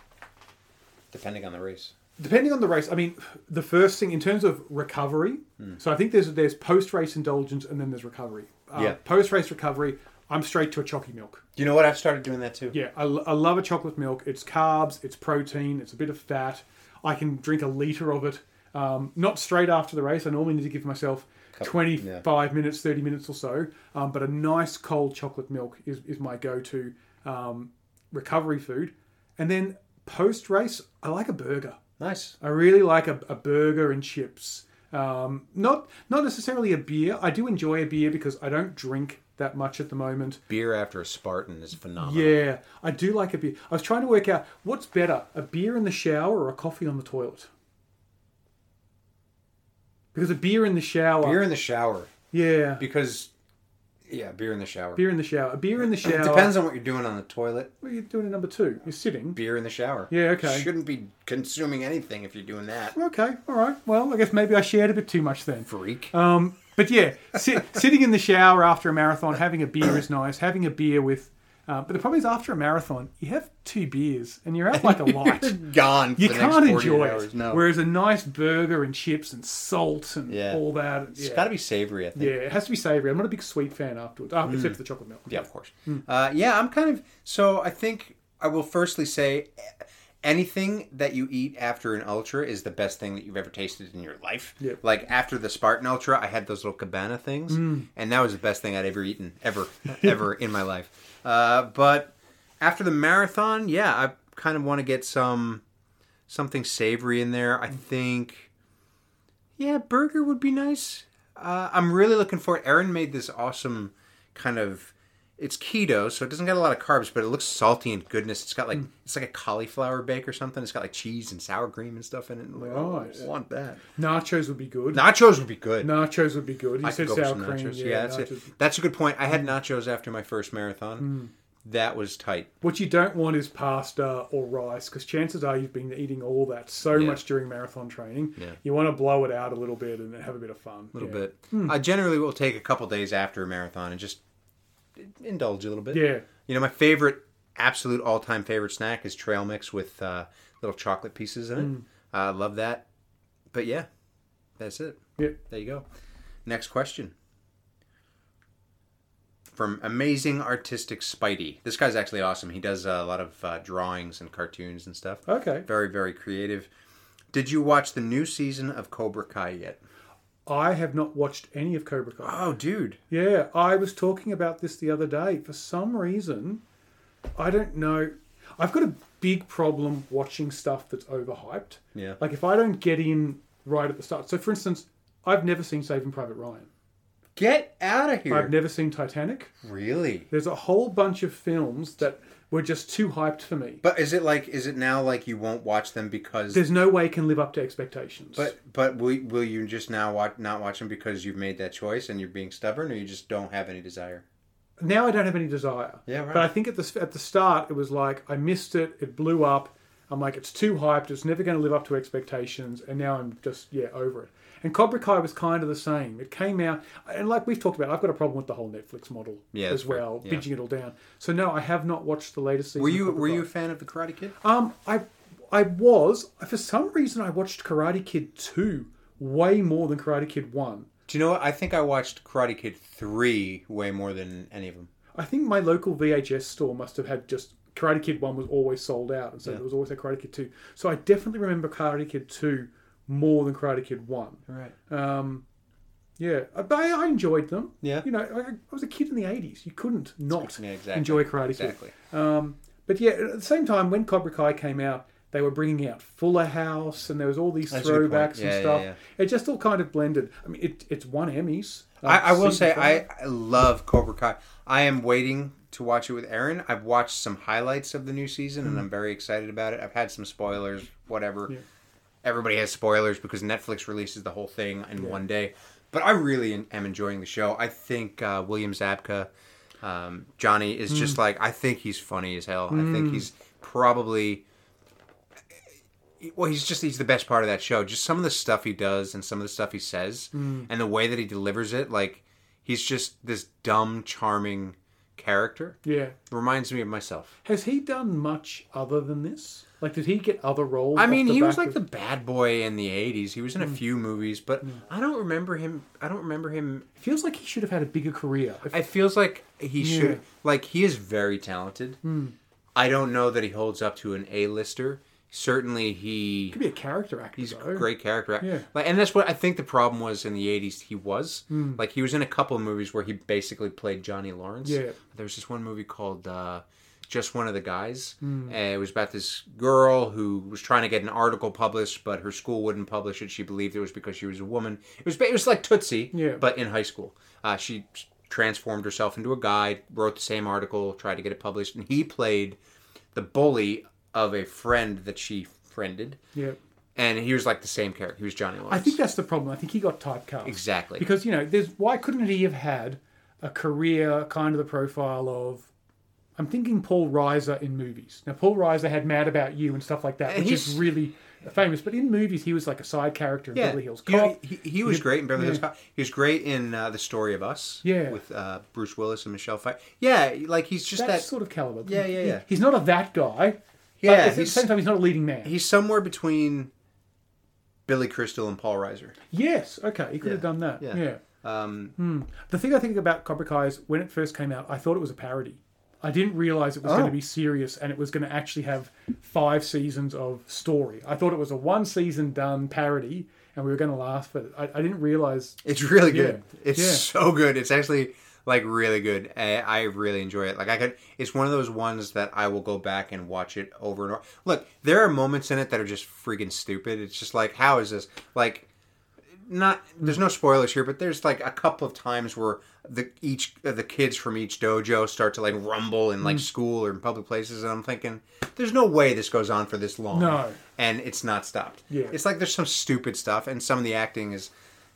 depending on the race.
depending on the race, I mean, the first thing in terms of recovery. So I think there's there's post race indulgence, and then there's recovery. Uh,
Yeah.
Post race recovery. I'm straight to a chalky milk.
You know what? I've started doing that too.
Yeah, I, I love a chocolate milk. It's carbs, it's protein, it's a bit of fat. I can drink a liter of it. Um, not straight after the race. I normally need to give myself
Couple-
25 minutes, 30 minutes or so. Um, but a nice cold chocolate milk is, is my go to um, recovery food. And then post race, I like a burger.
Nice.
I really like a, a burger and chips. Um, not not necessarily a beer. I do enjoy a beer because I don't drink that much at the moment.
Beer after a Spartan is phenomenal.
Yeah, I do like a beer. I was trying to work out what's better, a beer in the shower or a coffee on the toilet. Because a beer in the shower,
Beer in the shower.
yeah,
Because, yeah, beer in the shower.
beer in the shower, a beer in the shower.
It depends on what you're doing on the toilet.
What are you doing at number two? You're sitting.
Beer in the shower.
Yeah, okay.
Shouldn't be consuming anything if you're doing that.
Okay, all right. Well, I guess maybe I shared a bit too much then.
Freak.
Um, but yeah, sit, sitting in the shower after a marathon, having a beer is nice. Having a beer with, uh, but the problem is after a marathon, you have two beers and you're out like
[LAUGHS]
a light.
Gone. For
You
the next
can't
48
enjoy
hours.
it.
No.
Whereas a nice burger and chips and salt and
Yeah.
all that. Yeah.
It's got to be savory, I think.
yeah, it has to be savory. I'm not a big sweet fan afterwards, Ah, except for the chocolate milk.
Yeah, of course. Uh, yeah, I'm kind of. So I think I will firstly say eh, anything that you eat after an ultra is the best thing that you've ever tasted in your life.
Yeah.
Like after the Spartan Ultra, I had those little cabana things, and that was the best thing I'd ever eaten, ever, [LAUGHS] ever in my life. Uh, but after the marathon, yeah, I kind of want to get some something savory in there.
Mm.
I think. Yeah, burger would be nice. Uh, I'm really looking for it. Erin made this awesome kind of. It's keto, so it doesn't get a lot of carbs, but it looks salty and goodness. It's got like
Mm.
it's like a cauliflower bake or something. It's got like cheese and sour cream and stuff in it. And I'm like, oh,
Right.
I want that.
Nachos would be good.
Nachos would be good.
Nachos would be good. You
I could
said
go for
sour
some
cream.
nachos.
Yeah,
Yeah, that's
nachos. Mm.
it. That's a good point. I had nachos after my first marathon. That was tight.
What you don't want is pasta or rice because chances are you've been eating all that so much during marathon training.
Yeah.
You want to blow it out a little bit and then have a bit of fun.
A little bit.
Mm.
I generally will take a couple days after a marathon and just indulge a little bit.
Yeah.
You know, my favorite, absolute all time favorite snack is trail mix with uh, little chocolate pieces in it. I love that. But yeah, that's it.
Yeah.
There you go. Next question. From Amazing Artistic Spidey. This guy's actually awesome. He does uh, a lot of uh, drawings and cartoons and stuff.
Okay.
Very, very creative. Did you watch the new season of Cobra Kai yet?
I have not watched any of Cobra Kai.
Oh, dude.
Yeah, I was talking about this the other day. For some reason, I don't know. I've got a big problem watching stuff that's overhyped.
Yeah.
Like if I don't get in right at the start. So, for instance, I've never seen Saving Private Ryan.
Get out of here.
I've never seen Titanic.
really?
There's a whole bunch of films that were just too hyped for me.
But is it like is it now like you won't watch them because
There's no way it can live up to expectations.
but but will, will you just now watch not watch them because you've made that choice and you're being stubborn or you just don't have any desire?
now I don't have any desire.
Yeah, right.
But I think at the at the start it was like I missed it. It blew up. I'm like it's too hyped. It's never going to live up to expectations. And now I'm just yeah over it. And Cobra Kai was kind of the same. It came out and like we've talked about, I've got a problem with the whole Netflix model
Yeah,
as
that's fair.
well,
Yeah.
binging it all down. So no, I have not watched the latest season.
Were
of
you
Cobra
were
Kai.
you a fan of the Karate Kid?
Um, I I was for some reason I watched Karate Kid two way more than Karate Kid one.
Do you know what? I think I watched Karate Kid three way more than any of them.
I think my local VHS store must have had just Karate Kid one was always sold out, and so there was always a Karate Kid two. So I definitely remember Karate Kid two more than Karate Kid one.
Right.
Um, yeah, I- but I, I enjoyed them.
Yeah.
you know, I, I was a kid in the eighties. You couldn't not
Yeah, exactly.
enjoy Karate Kid.
Exactly.
Um, but yeah, at the same time, when Cobra Kai came out, they were bringing out Fuller House, and there was all these
That's a good point.
throwbacks
Yeah, yeah,
and stuff.
yeah.
It just all kind of blended. I mean, it, it's one Emmys.
I, I
Uh,
will
season
say
five.
I, I love Cobra Kai. I am waiting to watch it with Aaron. I've watched some highlights of the new season and I'm very excited about it. I've had some spoilers, whatever.
Yeah.
Everybody has spoilers because Netflix releases the whole thing in one day. But I really am- am enjoying the show. I think uh, William Zabka, um, Johnny, is just like I think he's funny as hell. I think he's probably well, he's just he's the best part of that show. Just some of the stuff he does and some of the stuff he says
Hmm.
and the way that he delivers it, like he's just this dumb, charming character.
yeah.
Reminds me of myself.
Has he done much other than this? Like, did he get other roles?
I
off
mean,
the
he was like
back of- Hmm.
the bad boy in the '80s. He was in a few movies, but I don't remember him. I don't remember him.
Feels like he should have had a bigger career. If-
It feels like he
Yeah. Hmm.
should. Like he is very talented. I don't know that he holds up to an A-lister. Certainly, he
he could be a character actor.
He's a
though.
great character. act-
Yeah.
Like, and that's what I think the problem was in the 80s. He was.
Hmm.
Like, he was in a couple of movies where he basically played Johnny Lawrence.
Yeah.
There was this one movie called uh, Just One of the Guys.
Hmm.
Uh, it was about this girl who was trying to get an article published, but her school wouldn't publish it. She believed it was because she was a woman. It was, ba- it was like Tootsie,
Yeah.
but in high school. Uh, she transformed herself into a guy, wrote the same article, tried to get it published, and he played the bully of a friend that she friended
Yeah.
and he was like the same character. He was Johnny Lawrence.
I think that's the problem. I think he got typecast.
exactly
Because you know, there's why couldn't he have had a career kind of the profile of I'm thinking Paul Reiser in movies. Now Paul Reiser had Mad About You and stuff like that,
And
which is
he's-
really famous. But in movies, he was like a side character in Beverly Hills
You know,
Cop.
he, he was great in Beverly Hills
yeah.
Cop. He was great in uh, the Story of Us.
Yeah.
with uh, Bruce Willis and Michelle Pfeiffer. Yeah, like he's just
That
that.
sort of caliber.
Yeah, yeah,
He-
yeah.
He's not a that guy.
Yeah,
but at the
he's-
same time, he's not a leading man.
He's somewhere between Billy Crystal and Paul Reiser.
Yes. Okay. He could have done that. Yeah. hmm.
yeah. Um,
The thing I think about Cobra Kai is when it first came out, I thought it was a parody. I didn't realize it was going
Oh.
to be serious and it was going to actually have five seasons of story. I thought it was a one season done parody and we were going to laugh, but I, I didn't realize.
It's really good. It's
yeah.
so good. It's actually like really good. I, I really enjoy it. Like I could. It's one of those ones that I will go back and watch it over and over. Look, there are moments in it that are just freaking stupid. It's just like, how is this? Like, not. There's no spoilers here, but there's like a couple of times where the each uh, the kids from each dojo start to like rumble in
Mm.
like school or in public places, and I'm thinking, there's no way this goes on for this long.
No.
and it's not stopped.
Yeah.
it's like there's some stupid stuff, and some of the acting is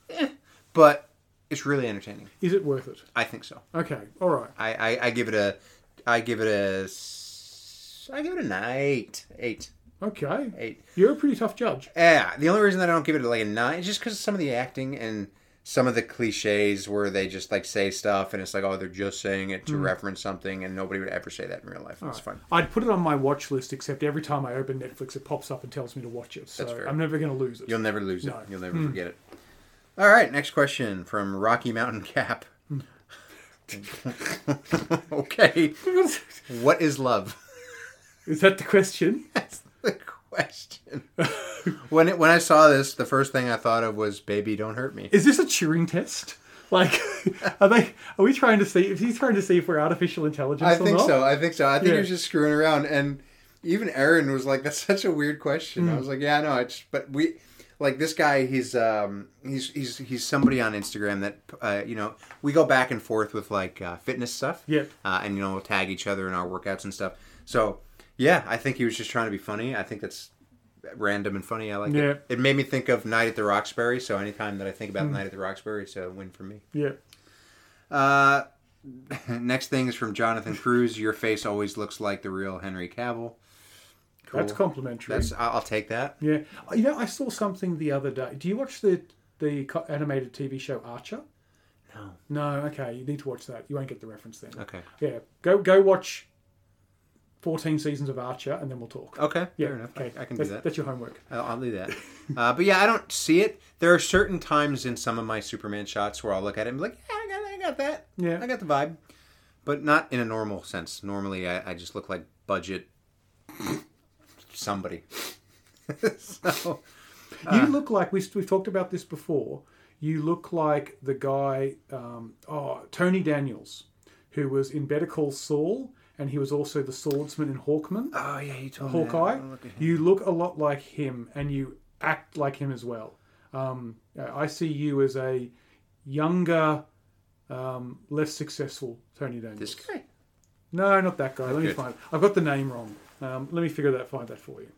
eh, but it's really entertaining.
Is it worth it?
I think so.
Okay. All right.
I, I, I give it a, I give it a, s- I give it a night eight
Okay.
eight.
You're a pretty tough judge.
Yeah, the only reason that I don't give it like a nine is just because some of the acting and some of the cliches where they just like say stuff and it's like oh they're just saying it to reference something and nobody would ever say that in real life. That's fine.
I'd put it on my watch list, except every time I open Netflix, it pops up and tells me to watch it. So
fair.
I'm never going to lose it.
You'll never lose
No.
it. You'll never forget it. All right, next question from Rocky Mountain Cap. [LAUGHS] okay, what is love? [LAUGHS]
Is that the question?
That's the question. when it, when I saw this, the first thing I thought of was "Baby, don't hurt me."
Is this a Turing test? Like, [LAUGHS] are they? Are we trying to see? Is he trying to see if we're artificial intelligence?
I
or
think
not?
so. I think so. I think
Yeah.
he was just screwing around, and even Aaron was like, "That's such a weird question."
Hmm.
I was like, "Yeah, I know." I just, but we, like this guy, he's um, he's he's he's somebody on Instagram that uh, you know we go back and forth with like uh, fitness stuff.
Yep.
uh, and you know we'll tag each other in our workouts and stuff. So yeah, I think he was just trying to be funny. I think that's random and funny. I like
Yeah. Hmm.
it. It made me think of Night at the Roxbury. So anytime that I think about Night at the Roxbury, it's a win for me.
Yeah.
Uh, [LAUGHS] Next thing is from Jonathan Cruz. Your face always looks like the real Henry Cavill. Cool.
That's complimentary.
That's I- I'll take that.
Yeah, you know, I saw something the other day. Do you watch the the co- animated TV show Archer?
No.
No. Okay, you need to watch that. You won't get the reference then.
Okay.
Yeah, go go watch fourteen seasons of Archer, and then we'll talk.
Okay.
yeah,
fair enough. I- I, can do
that's,
that.
That's your homework.
I'll, I'll do that. Uh, but yeah, I don't see it. There are certain times in some of my Superman shots where I'll look at it and be like, yeah, I got, I got that.
Yeah.
I got the vibe. But not in a normal sense. Normally, I, I just look like budget somebody. [LAUGHS] so, Ah.
you look like we, we've talked about this before. You look like the guy, um, oh Tony Daniels, who was in Better Call Saul, and he was also the swordsman in Hawkman.
oh yeah, you told
Hawkeye.
me. Hawkeye.
You look a lot like him, and you act like him as well. Um, I see you as a younger, um, less successful Tony Daniels.
This guy.
No, not that guy. Let me
Good.
find. I've got the name wrong. Um, let me figure that. Find that for you.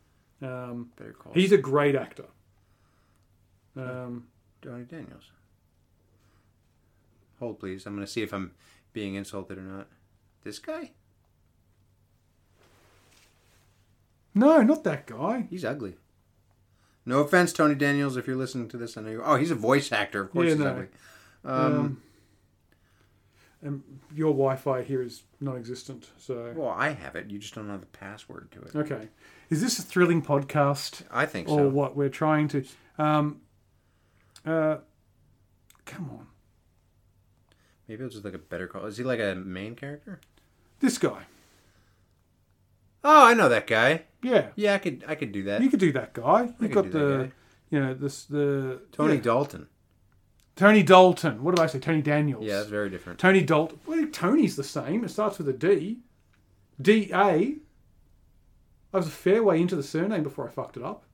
Um,
Better call
he's a great actor. Um,
Tony Daniels. Hold please. I'm going to see if I'm being insulted or not. This guy.
no, not that guy.
He's ugly. No offense, Tony Daniels, if you're listening to this. I know you. Oh, he's a voice actor. Of course,
Yeah,
he's
no.
ugly.
Um,
Um,
and your Wi-Fi here is non-existent. So
well, I have it. You just don't know the password to it.
okay, is this a thrilling podcast?
I think
or
so.
what we're trying to. Um, uh, come on,
Maybe it's just like a better call. Is he like a main character?
this guy.
Oh, I know that guy.
Yeah,
Yeah, I could. I could do that.
you could do that guy. You've
could do
got
that
the,
guy.
you know, this the
Tony
yeah.
Dalton.
Tony Dalton. What did I say? Tony Daniels.
Yeah, that's very different.
Tony Dalton. Well, Tony's the same. It starts with a D. D A. I was a fair way into the surname before I fucked it up.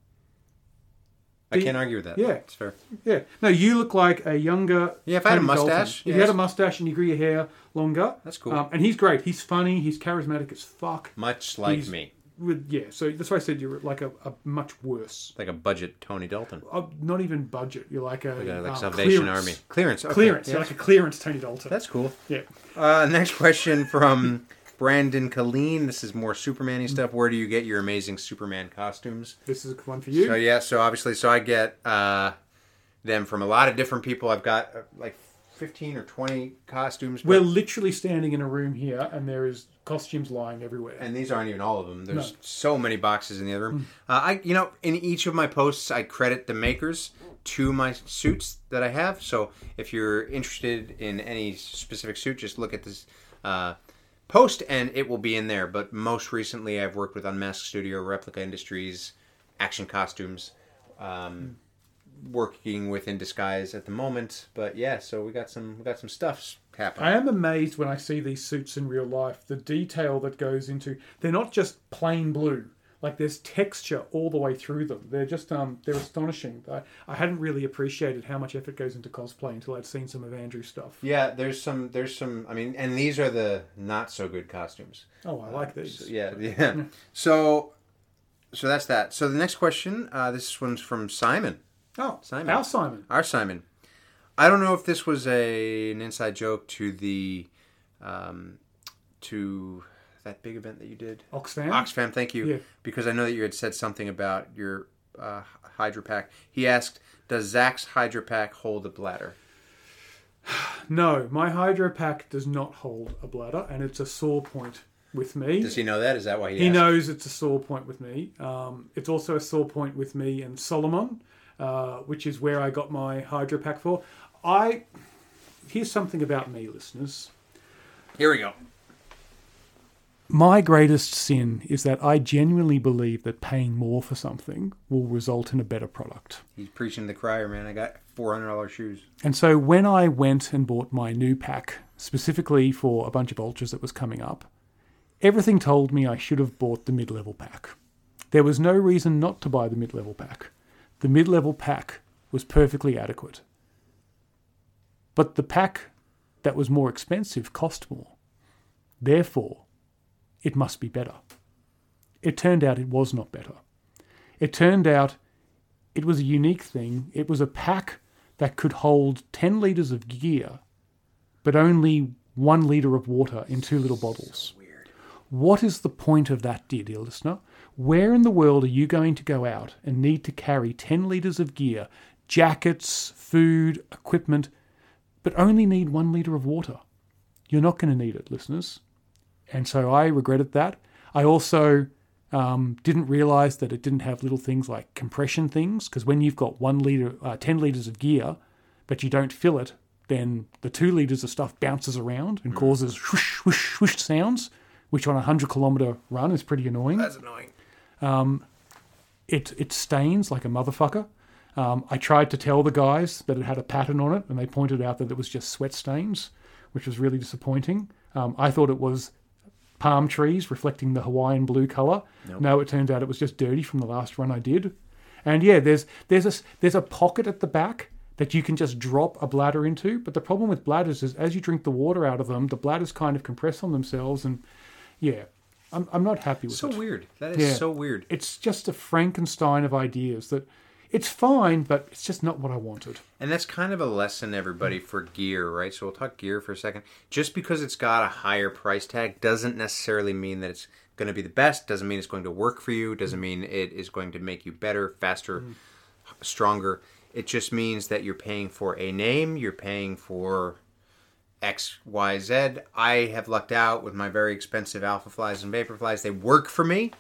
I can't argue with that.
Yeah.
it's fair.
Yeah. No, you look like a younger.
Yeah, if I had a
Tony Dalton.
mustache,
If you
yes.
had a mustache and you grew your hair longer.
That's cool.
Um, and he's great. He's funny. He's charismatic as fuck.
Much like
He's-
me,
With, yeah, so that's why I said you're like a, a much worse,
like a budget Tony Dalton.
uh, not even budget. You're like a
Yeah, like
um,
Salvation
clearance.
Army clearance. okay,
Clearance.
yeah.
You're like a clearance Tony Dalton.
That's cool.
yeah.
Uh, next question from [LAUGHS] Brandon Colleen. This is more
Mm.
Superman-y stuff. Where do you get your amazing Superman costumes?
This is one for you.
So yeah, so obviously, so I get uh, them from a lot of different people. I've got uh, like fifteen or twenty costumes, but-
We're literally standing in a room here, and there is costumes lying everywhere.
and these aren't even all of them. There's
No.
so many boxes in the other room. Uh, I, you know, in each of my posts, I credit the makers to my suits that I have. So if you're interested in any specific suit, just look at this uh, post, and it will be in there. But most recently, I've worked with Unmasked Studio, Replica Industries, Action Costumes. Um, working with in disguise at the moment but yeah so we got some we got some stuffs happening
I am amazed when I see these suits in real life. The detail that goes into they're not just plain blue. Like there's texture all the way through them. They're just um they're astonishing. I, I hadn't really appreciated how much effort goes into cosplay until I'd seen some of Andrew's stuff.
Yeah, there's some, there's some. I mean, and these are the not so good costumes.
Oh, I like these.
So, yeah, yeah. So, so that's that. So the next question, uh, this one's from Simon,
Oh,
Simon.
Our Simon.
our Simon. I don't know if this was a an inside joke to the, um, to that big event that you did.
Oxfam.
Oxfam, thank you,
Yeah.
because I know that you had said something about your uh, Hydra Pack. He asked, "Does Zach's Hydra Pack hold a bladder?"
no, my hydro pack does not hold a bladder, and it's a sore point with me.
Does he know that? Is that why he?
He
asked?
knows it's a sore point with me. Um, it's also a sore point with me and Solomon, uh, which is where I got my hydro pack for. I here's something about me, listeners.
Here we go.
My greatest sin is that I genuinely believe that paying more for something will result in a better product.
He's preaching to the crier, man. I got four hundred dollars shoes.
And so when I went and bought my new pack, specifically for a bunch of ultras that was coming up, everything told me I should have bought the mid level pack. There was no reason not to buy the mid level pack. The mid level pack was perfectly adequate. But the pack that was more expensive cost more. Therefore, it must be better. It turned out it was not better. It turned out it was a unique thing. It was a pack that could hold 10 litres of gear, but only one liter of water in two little bottles. What is the point of that, dear, dear listener? Where in the world are you going to go out and need to carry 10 litres of gear, jackets, food, equipment, but only need one litre of water? You're not going to need it, listeners. And so I regretted that. I also um, didn't realize that it didn't have little things like compression things, because when you've got one liter, uh, 10 litres of gear, but you don't fill it, then the two litres of stuff bounces around and causes whoosh, whoosh, whoosh sounds, which on a 100 kilometre run is pretty annoying
That's annoying.
it it stains like a motherfucker. Um, I tried to tell the guys that it had a pattern on it, and they pointed out that it was just sweat stains, which was really disappointing. Um, I thought it was palm trees reflecting the Hawaiian blue color. No, it turns out it was just dirty from the last run I did. And yeah, there's there's a s- there's a pocket at the back that you can just drop a bladder into. But the problem with bladders is as you drink the water out of them, the bladders kind of compress on themselves, and yeah, I'm I'm not happy with
So
it
weird. That is
Yeah.
so weird.
it's just a Frankenstein of ideas that it's fine, but it's just not what I wanted.
And that's kind of a lesson, everybody, for gear, right? So we'll talk gear for a second. Just because it's got a higher price tag doesn't necessarily mean that it's going to be the best, doesn't mean it's going to work for you, doesn't mean it is going to make you better, faster, Mm-hmm. stronger. It just means that you're paying for a name, you're paying for X, Y, Z. I have lucked out with my very expensive alpha flies and vapor flies. They work for me,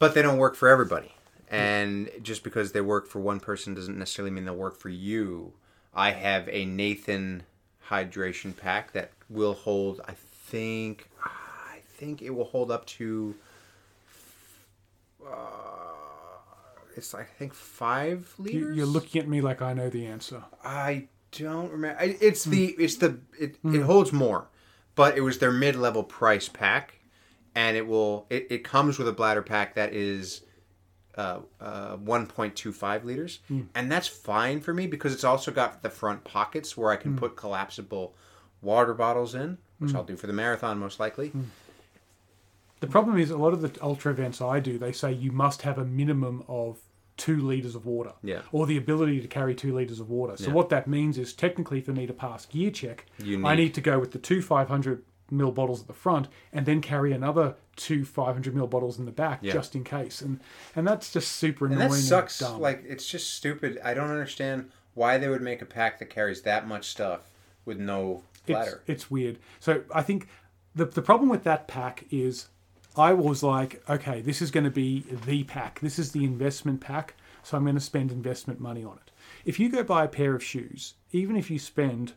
but they don't work for everybody.
Hmm.
And just because they work for one person doesn't necessarily mean they'll work for you. I have a Nathan hydration pack that will hold, I think, I think it will hold up to, uh, it's I think five
You,
liters.
you're looking at me like I know the answer.
I don't remember. I- It's
Hmm.
the it's the it, it holds more, but it was their mid level price pack, and it will it, it comes with a bladder pack that is. Uh, uh, 1.25 liters,
Hmm.
and that's fine for me because it's also got the front pockets where I
Hmm.
can put collapsible water bottles in, which I'll do for the marathon most likely.
Hmm. The problem is a lot of the ultra events I do, they say you must have a minimum of two liters of water,
Yeah.
or the ability to carry two liters of water. So
Yeah.
what that means is technically for me to pass gear check,
You
I
need-
need to go with the two 500 mil bottles at the front and then carry another two 500 mil bottles in the back
Yeah.
just in case. And and that's just super
And
annoying.
that sucks.
dumb.
Like it's just stupid. I don't understand why they would make a pack that carries that much stuff with no
it's,
bladder.
it's weird. So I think the the problem with that pack is I was like, okay, this is going to be the pack. This is the investment pack. So I'm going to spend investment money on it. If you go buy a pair of shoes, even if you spend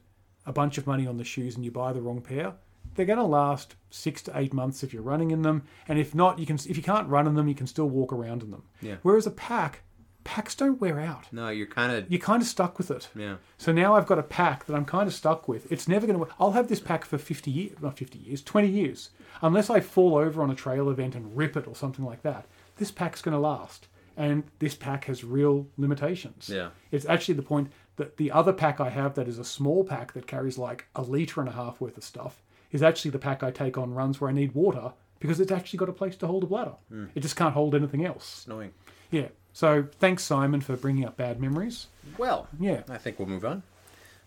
a bunch of money on the shoes and you buy the wrong pair, they're going to last six to eight months if you're running in them. And if not, you can if you can't run in them, you can still walk around in them.
Yeah.
Whereas a pack, packs don't wear out
No, you're kind of
you're kind of stuck with it.
Yeah.
So now I've got a pack that I'm kind of stuck with. It's never going to work. I'll have this pack for 50 years, not 50 years, 20 years. Unless I fall over on a trail event and rip it or something like that, this pack's going to last. And this pack has real limitations.
Yeah.
It's actually the point that the other pack I have that is a small pack that carries like a litre and a half worth of stuff is actually the pack I take on runs where I need water because it's actually got a place to hold a bladder. It just can't hold anything else.
annoying.
Yeah. So thanks, Simon, for bringing up bad memories.
Well,
Yeah.
I think we'll move on.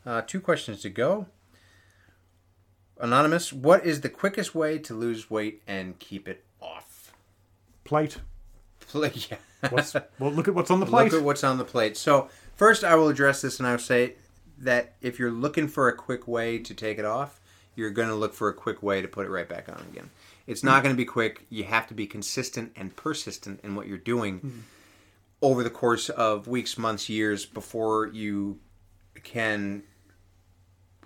Uh, two questions to go. Anonymous, what is the quickest way to lose weight and keep it off? [LAUGHS]
plate.
Pla- yeah. [LAUGHS]
What's, well, look at what's on the plate.
Look at what's on the plate. So first, I will address this, and I will say that if you're looking for a quick way to take it off, you're going to look for a quick way to put it right back on again. It's not going to be quick. You have to be consistent and persistent in what you're doing over the course of weeks, months, years before you can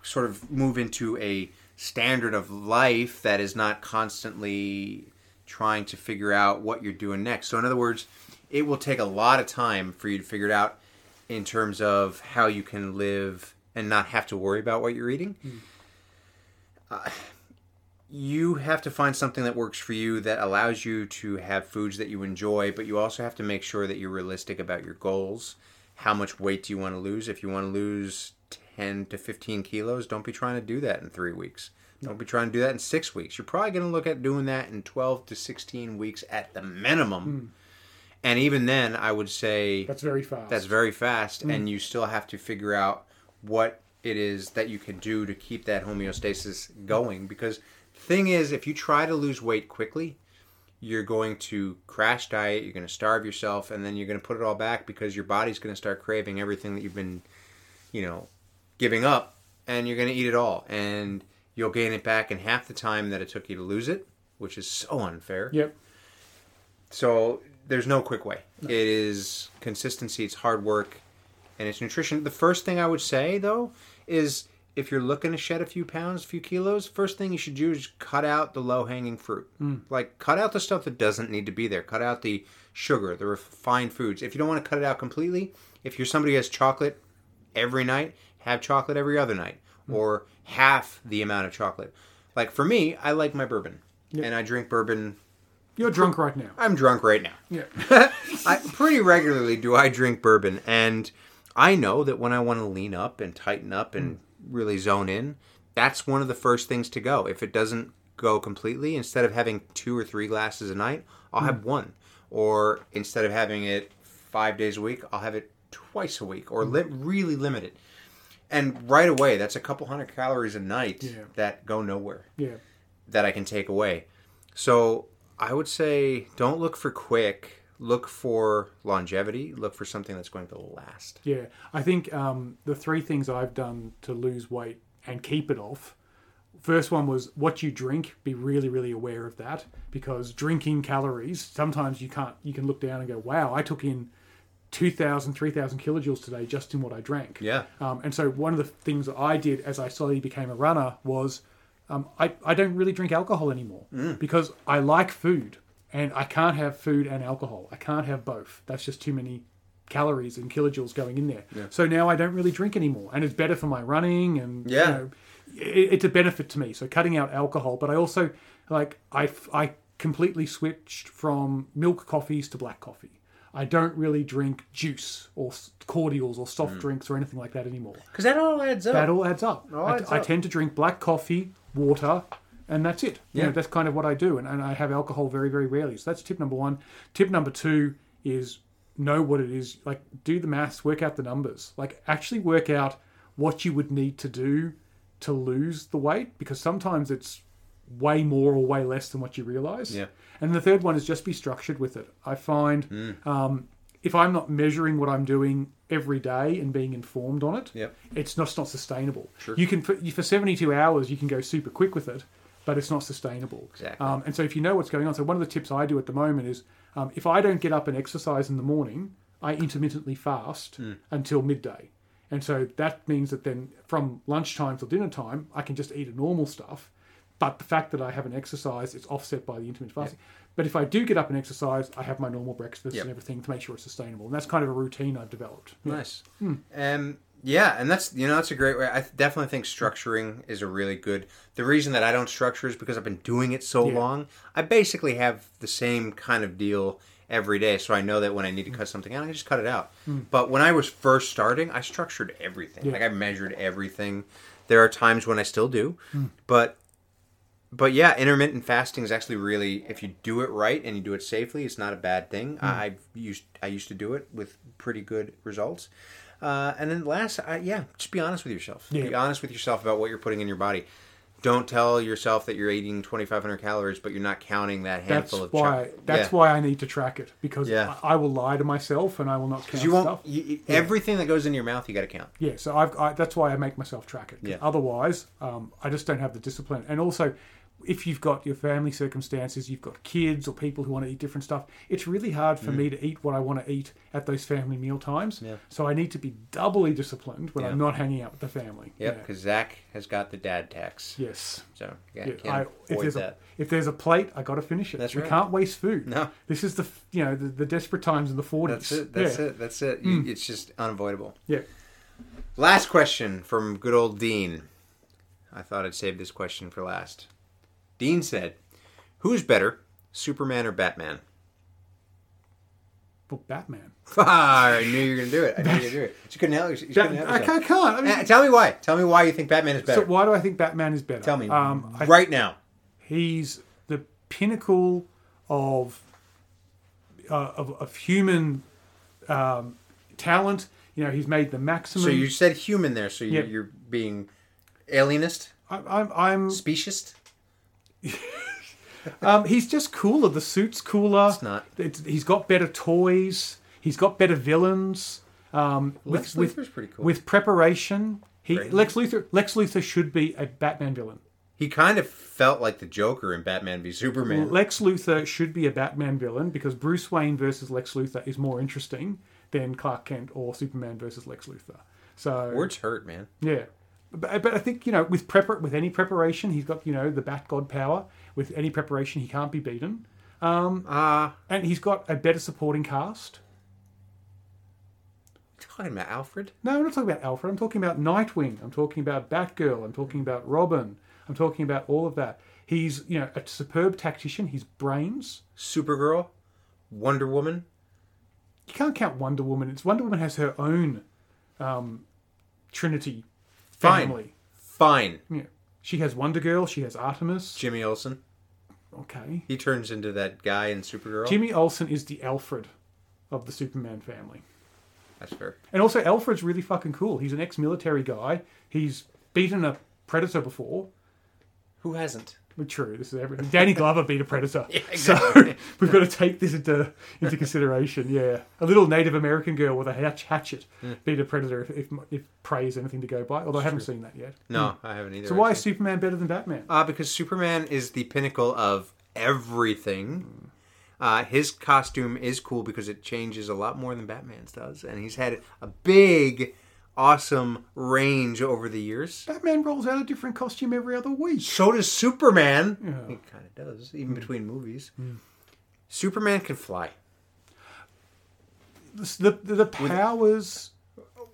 sort of move into a standard of life that is not constantly trying to figure out what you're doing next. So, in other words, it will take a lot of time for you to figure it out in terms of how you can live and not have to worry about what you're eating. Uh, you have to find something that works for you that allows you to have foods that you enjoy, but you also have to make sure that you're realistic about your goals. How much weight do you want to lose? If you want to lose 10 to 15 kilos, don't be trying to do that in three weeks. Don't be trying to do that in six weeks. You're probably going to look at doing that in 12 to 16 weeks at the minimum. And even then, I would say
That's very fast.
that's very fast and you still have to figure out what it is that you can do to keep that homeostasis going. Because thing is, if you try to lose weight quickly, you're going to crash diet, you're going to starve yourself, and then you're going to put it all back because your body's going to start craving everything that you've been, you know, giving up, and you're going to eat it all. And you'll gain it back in half the time that it took you to lose it, which is so unfair.
Yep.
So there's no quick way. It is consistency, it's hard work, and it's nutrition. The first thing I would say though is if you're looking to shed a few pounds, a few kilos, first thing you should do is cut out the low hanging fruit. Like cut out the stuff that doesn't need to be there. Cut out the sugar, the refined foods. If you don't want to cut it out completely, if you're somebody who has chocolate every night, have chocolate every other night or half the amount of chocolate. Like for me, I like my bourbon. And I drink bourbon.
You're drunk right now.
I'm drunk right now.
Yeah.
I pretty regularly do I drink bourbon and I know that when I want to lean up and tighten up and really zone in, that's one of the first things to go. If it doesn't go completely, instead of having two or three glasses a night, I'll have one. Or instead of having it 5 days a week, I'll have it twice a week or li- really limit it. And right away, that's a couple hundred calories a night
Yeah.
that go nowhere
Yeah.
that I can take away. So I would say don't look for quick, look for longevity, look for something that's going to last.
Yeah, I think um, the three things I've done to lose weight and keep it off. First one was what you drink. Be really, really aware of that because drinking calories sometimes you can't. You can look down and go, "Wow, I took in 2,000, 3,000 kilojoules today just in what I drank."
Yeah.
Um, and so one of the things that I did as I slowly became a runner was um, I, I don't really drink alcohol anymore
Mm.
because I like food and I can't have food and alcohol. I can't have both. That's just too many calories and kilojoules going in there. So now I don't really drink anymore and it's better for my running and
Yeah.
you know, it, it's a benefit to me. So cutting out alcohol, but I also like I I completely switched from milk coffees to black coffee. I don't really drink juice or s- cordials or soft drinks or anything like that anymore.
Because that all adds up.
That all adds up.
all
I,
adds
I
up.
tend to drink black coffee, water, and that's it. You
Yeah.
know, that's kind of what I do, and, and I have alcohol very very rarely. So that's tip number one. Tip number two is know what it is. Like do the maths, work out the numbers. Like actually work out what you would need to do to lose the weight because sometimes it's way more or way less than what you realize.
Yeah.
And the third one is just be structured with it. I find
Mm.
um, if I'm not measuring what I'm doing every day and being informed on it,
Yep.
it's not, it's not sustainable.
Sure.
You can for, you- for 72 hours you can go super quick with it, but it's not sustainable.
Exactly.
Um, and so if you know what's going on, so one of the tips I do at the moment is um, if I don't get up and exercise in the morning, I intermittently fast until midday. And so that means that then from lunchtime till dinner time, I can just eat a normal stuff. But the fact that I haven't exercised, it's offset by the intermittent fasting. But if I do get up and exercise, I have my normal breakfast
Yep.
and everything to make sure it's sustainable. And that's kind of a routine I've developed.
Nice.
Hmm.
Um, yeah, and that's you know that's a great way. I th- definitely think structuring is a really good. The reason that I don't structure is because I've been doing it so
Yeah.
long. I basically have the same kind of deal every day, so I know that when I
Hmm.
need to cut something out, I just cut it out. But when I was first starting, I structured everything.
Yeah.
Like I measured everything. There are times when I still do,
Hmm.
but but yeah, intermittent fasting is actually really if you do it right and you do it safely, it's not a bad thing.
Hmm.
I I've used I used to do it with pretty good results. Uh, and then last, I, yeah, just be honest with yourself.
Yeah.
Be honest with yourself about what you're putting in your body. Don't tell yourself that you're eating 2,500 calories, but you're not counting that
that's
handful of.
why
chocolate.
that's why I need to track it because
Yeah.
I, I will lie to myself and I will not count
you
stuff.
won't. You, you- Everything that goes into your mouth, you got to count.
Yeah, so I've, I, that's why I make myself track it. 'cause
Yeah.
Otherwise, um, I just don't have the discipline. And also, if you've got your family circumstances, you've got kids or people who want to eat different stuff, it's really hard for me to eat what I want to eat at those family meal times.
Mm. Yeah.
So I need to be doubly disciplined when
Yeah.
I'm not hanging out with the family.
Yep,
Yeah.
because Zach has got the dad tax.
Yes.
So yeah,
Yeah, I,
can't
if
avoid
there's
that.
a if there's a plate, I got to finish it.
That's
we
right.
can't waste food.
No.
This is the f- you know the, the desperate times in the forties.
That's it. That's it. That's it. You-
Hmm.
It's just unavoidable.
Yeah.
Last question from good old Dean. I thought I'd save this question for last. Dean said, "Who's better, Superman or Batman?" [LAUGHS]
Well, Batman.
Ah, I knew you were gonna do it. I knew you were gonna do
[LAUGHS]
it. You couldn't help. You couldn't help
I
yourself.
can't. I can't. I mean,
Eh, Tell me why. Tell me why you think Batman is
so
better.
why do I think Batman is better?
Tell me
Um, I,
right now.
he's the pinnacle of uh, of, of human um, talent. You know, he's made the maximum.
So you said human there, so you,
Hmm. Yeah.
you're being alienist,
I, I'm, I'm
speciest.
um, he's just cooler. The suit's cooler.
It's not.
It's, he's got better toys. He's got better villains. Um,
Lex
with,
Luthor's
with,
pretty cool.
with preparation, he
Great.
Lex Luthor. Lex Luthor should be a Batman villain.
He kind of felt like the Joker in Batman v Superman.
Lex Luthor should be a Batman villain because Bruce Wayne versus Lex Luthor is more interesting than Clark Kent or Superman versus Lex Luthor. So
Words hurt, man.
yeah, but, but I think you know with prepar- with any preparation, he's got you know the Bat God power. With any preparation, he can't be beaten, Um,
Ah,
and he's got a better supporting cast.
talking about Alfred.
No, I'm not talking about Alfred. I'm talking about Nightwing. I'm talking about Batgirl. I'm talking about Robin. I'm talking about all of that. He's you know a superb tactician. He's brains.
Supergirl, Wonder Woman.
you can't count Wonder Woman. It's Wonder Woman has her own um, Trinity
Fine.
family.
Fine.
Yeah. She has Wonder Girl. She has Artemis.
Jimmy Olsen.
Okay.
He turns into that guy in Supergirl.
Jimmy Olsen is the Alfred of the Superman family,
That's fair.
and also Alfred's really fucking cool. He's an ex-military guy. He's beaten a predator before.
Who hasn't?
Well, True. This is everything. Danny Glover beat a predator. So
exactly.
[LAUGHS] we've got to take this into into consideration. Yeah, a little Native American girl with a hatch, hatchet beat a predator. If, if if prey is anything to go by, although I haven't seen that yet.
No, I haven't either.
Hmm. So why is
actually.
Superman better than Batman?
Uh, because Superman is the pinnacle of
Hmm.
everything. Uh, his costume is cool because it changes a lot more than Batman's does, and he's had a big, awesome range over the years.
Batman rolls out a different costume every other week.
So does Superman.
Yeah. Hmm.
He kind of does, even between movies. Superman can fly.
The the, the powers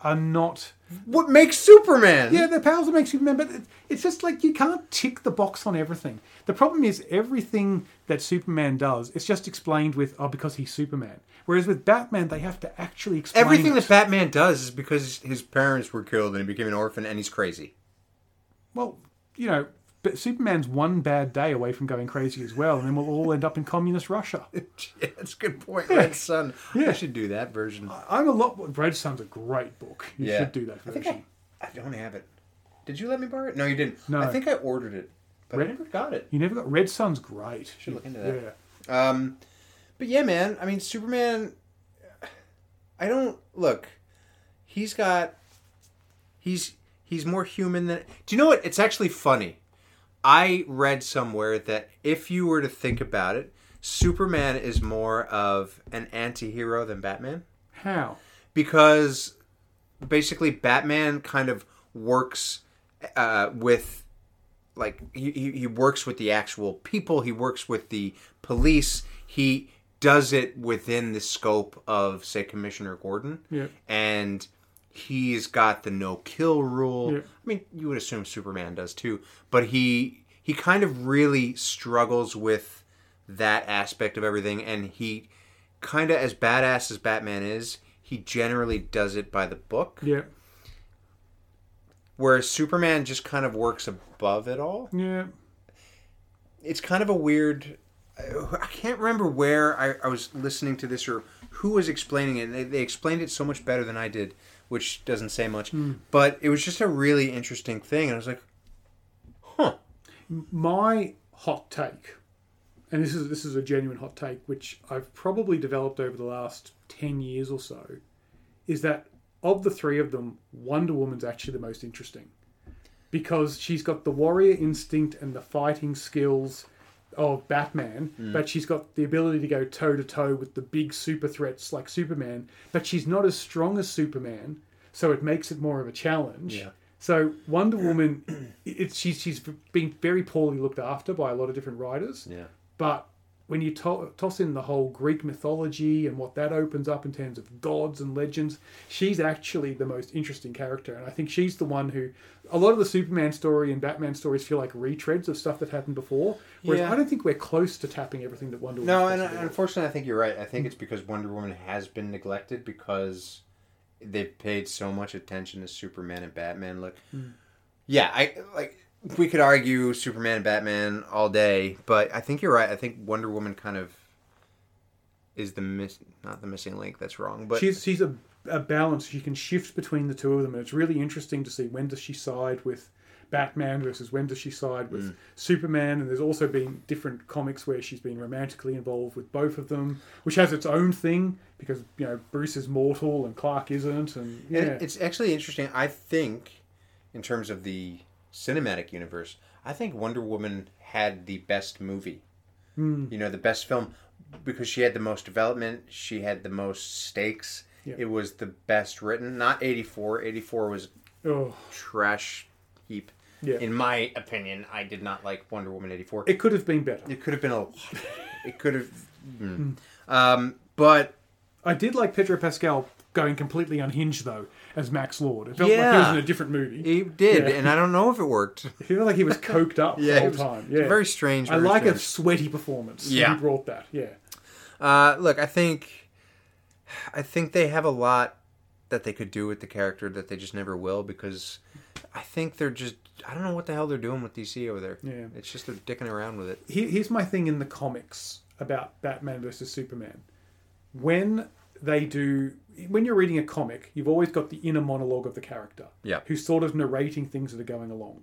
are not.
What makes Superman?
Yeah, the powers that make Superman, but it- it's just like you can't tick the box on everything. The problem is everything that Superman does, it's just explained with oh because he's Superman. Whereas with Batman, they have to actually explain
Everything
it.
that Batman does is because his parents were killed and he became an orphan and he's crazy. [LAUGHS]
Well, you know, but Superman's one bad day away from going crazy as well, and then we'll all end up in communist Russia.
[LAUGHS] Yeah, That's a good point, Red Son.
Yeah.
I should do that version.
I'm a lot. Red Sun's a great book. You
Yeah.
should do that
I think
version.
I, I don't have it. Did you let me borrow it? No, you didn't.
No.
I think I ordered it, but
Really?
I never got it.
You never got Red Sun's great.
Should look into
Yeah.
that. Um, but yeah, man. I mean, Superman. I don't look. He's got. He's he's more human than. Do you know what? It's actually funny. I read somewhere that if you were to think about it, Superman is more of an anti-hero than Batman
How?
because basically Batman kind of works uh, with like he, he he works with the actual people. He works with the police. He does it within the scope of say Commissioner Gordon.
Yeah.
And he's got the no kill rule.
Yeah.
I mean, you would assume Superman does too, but he he kind of really struggles with that aspect of everything and he kind of as badass as Batman is, he generally does it by the book,
Yeah.
whereas Superman just kind of works above it all.
Yeah.
it's kind of a weird i can't remember where I, I was listening to this or who was explaining it they, they explained it so much better than i did which doesn't say much but it was just a really interesting thing and i was like huh
My hot take, and this is this is a genuine hot take, which I've probably developed over the last ten years or so, is that of the three of them, Wonder Woman's actually the most interesting. Because she's got the warrior instinct and the fighting skills of Batman,
Hmm.
but she's got the ability to go toe to toe with the big super threats like Superman, but she's not as strong as Superman, so it makes it more of a challenge.
Yeah.
So Wonder Woman, [CLEARS THROAT] it- it's she's she's been very poorly looked after by a lot of different writers.
yeah
But when you to- toss in the whole Greek mythology and what that opens up in terms of gods and legends, she's actually the most interesting character. And I think she's the one who, a lot of the Superman story and Batman stories feel like retreads of stuff that happened before. Whereas
Yeah.
I don't think we're close to tapping everything that Wonder Woman.
no and unfortunately i think you're right i think it's because wonder woman has been neglected because they've paid so much attention to superman and batman look yeah i like we could argue superman and batman all day but i think you're right i think wonder woman kind of is the miss not the missing link that's wrong but
she's she's a a balance. She can shift between the two of them, and it's really interesting to see when does she side with Batman versus when does she side
Mm.
with Superman. And there's also been different comics where she's been romantically involved with both of them, which has its own thing because you know Bruce is mortal and Clark isn't, and yeah,
And it- it's actually interesting. I think, in terms of the cinematic universe, I think Wonder Woman had the best movie.
Hmm.
You know, the best film because she had the most development, she had the most stakes.
Yeah.
It was the best written. Not 84. 84 was
oh.
trash heap.
Yeah.
In my opinion, I did not like Wonder Woman 84.
It could have been better.
It could have been a lot.
[LAUGHS]
it could have.
Hmm.
mm. Um, but
I did like Pedro Pascal going completely unhinged though as Max Lord. It felt like he
Yeah.
was in a different movie.
it did,
Yeah.
and I don't know if it worked.
It felt like
[LAUGHS]
he was coked up the
it
whole
was-
time.
it's
Yeah,
very strange.
I
very
like a
strange.
sweaty performance. and
Yeah.
he brought that. Yeah,
Uh, look, I think, I think they have a lot that they could do with the character that they just never will because I think they're just I don't know what the hell they're doing with DC over there.
Yeah.
it's just they're dicking around with it.
Here- here's my thing in the comics about Batman versus Superman. When they do, when you're reading a comic, you've always got the inner monologue of the character,
Yeah.
who's sort of narrating things that are going along.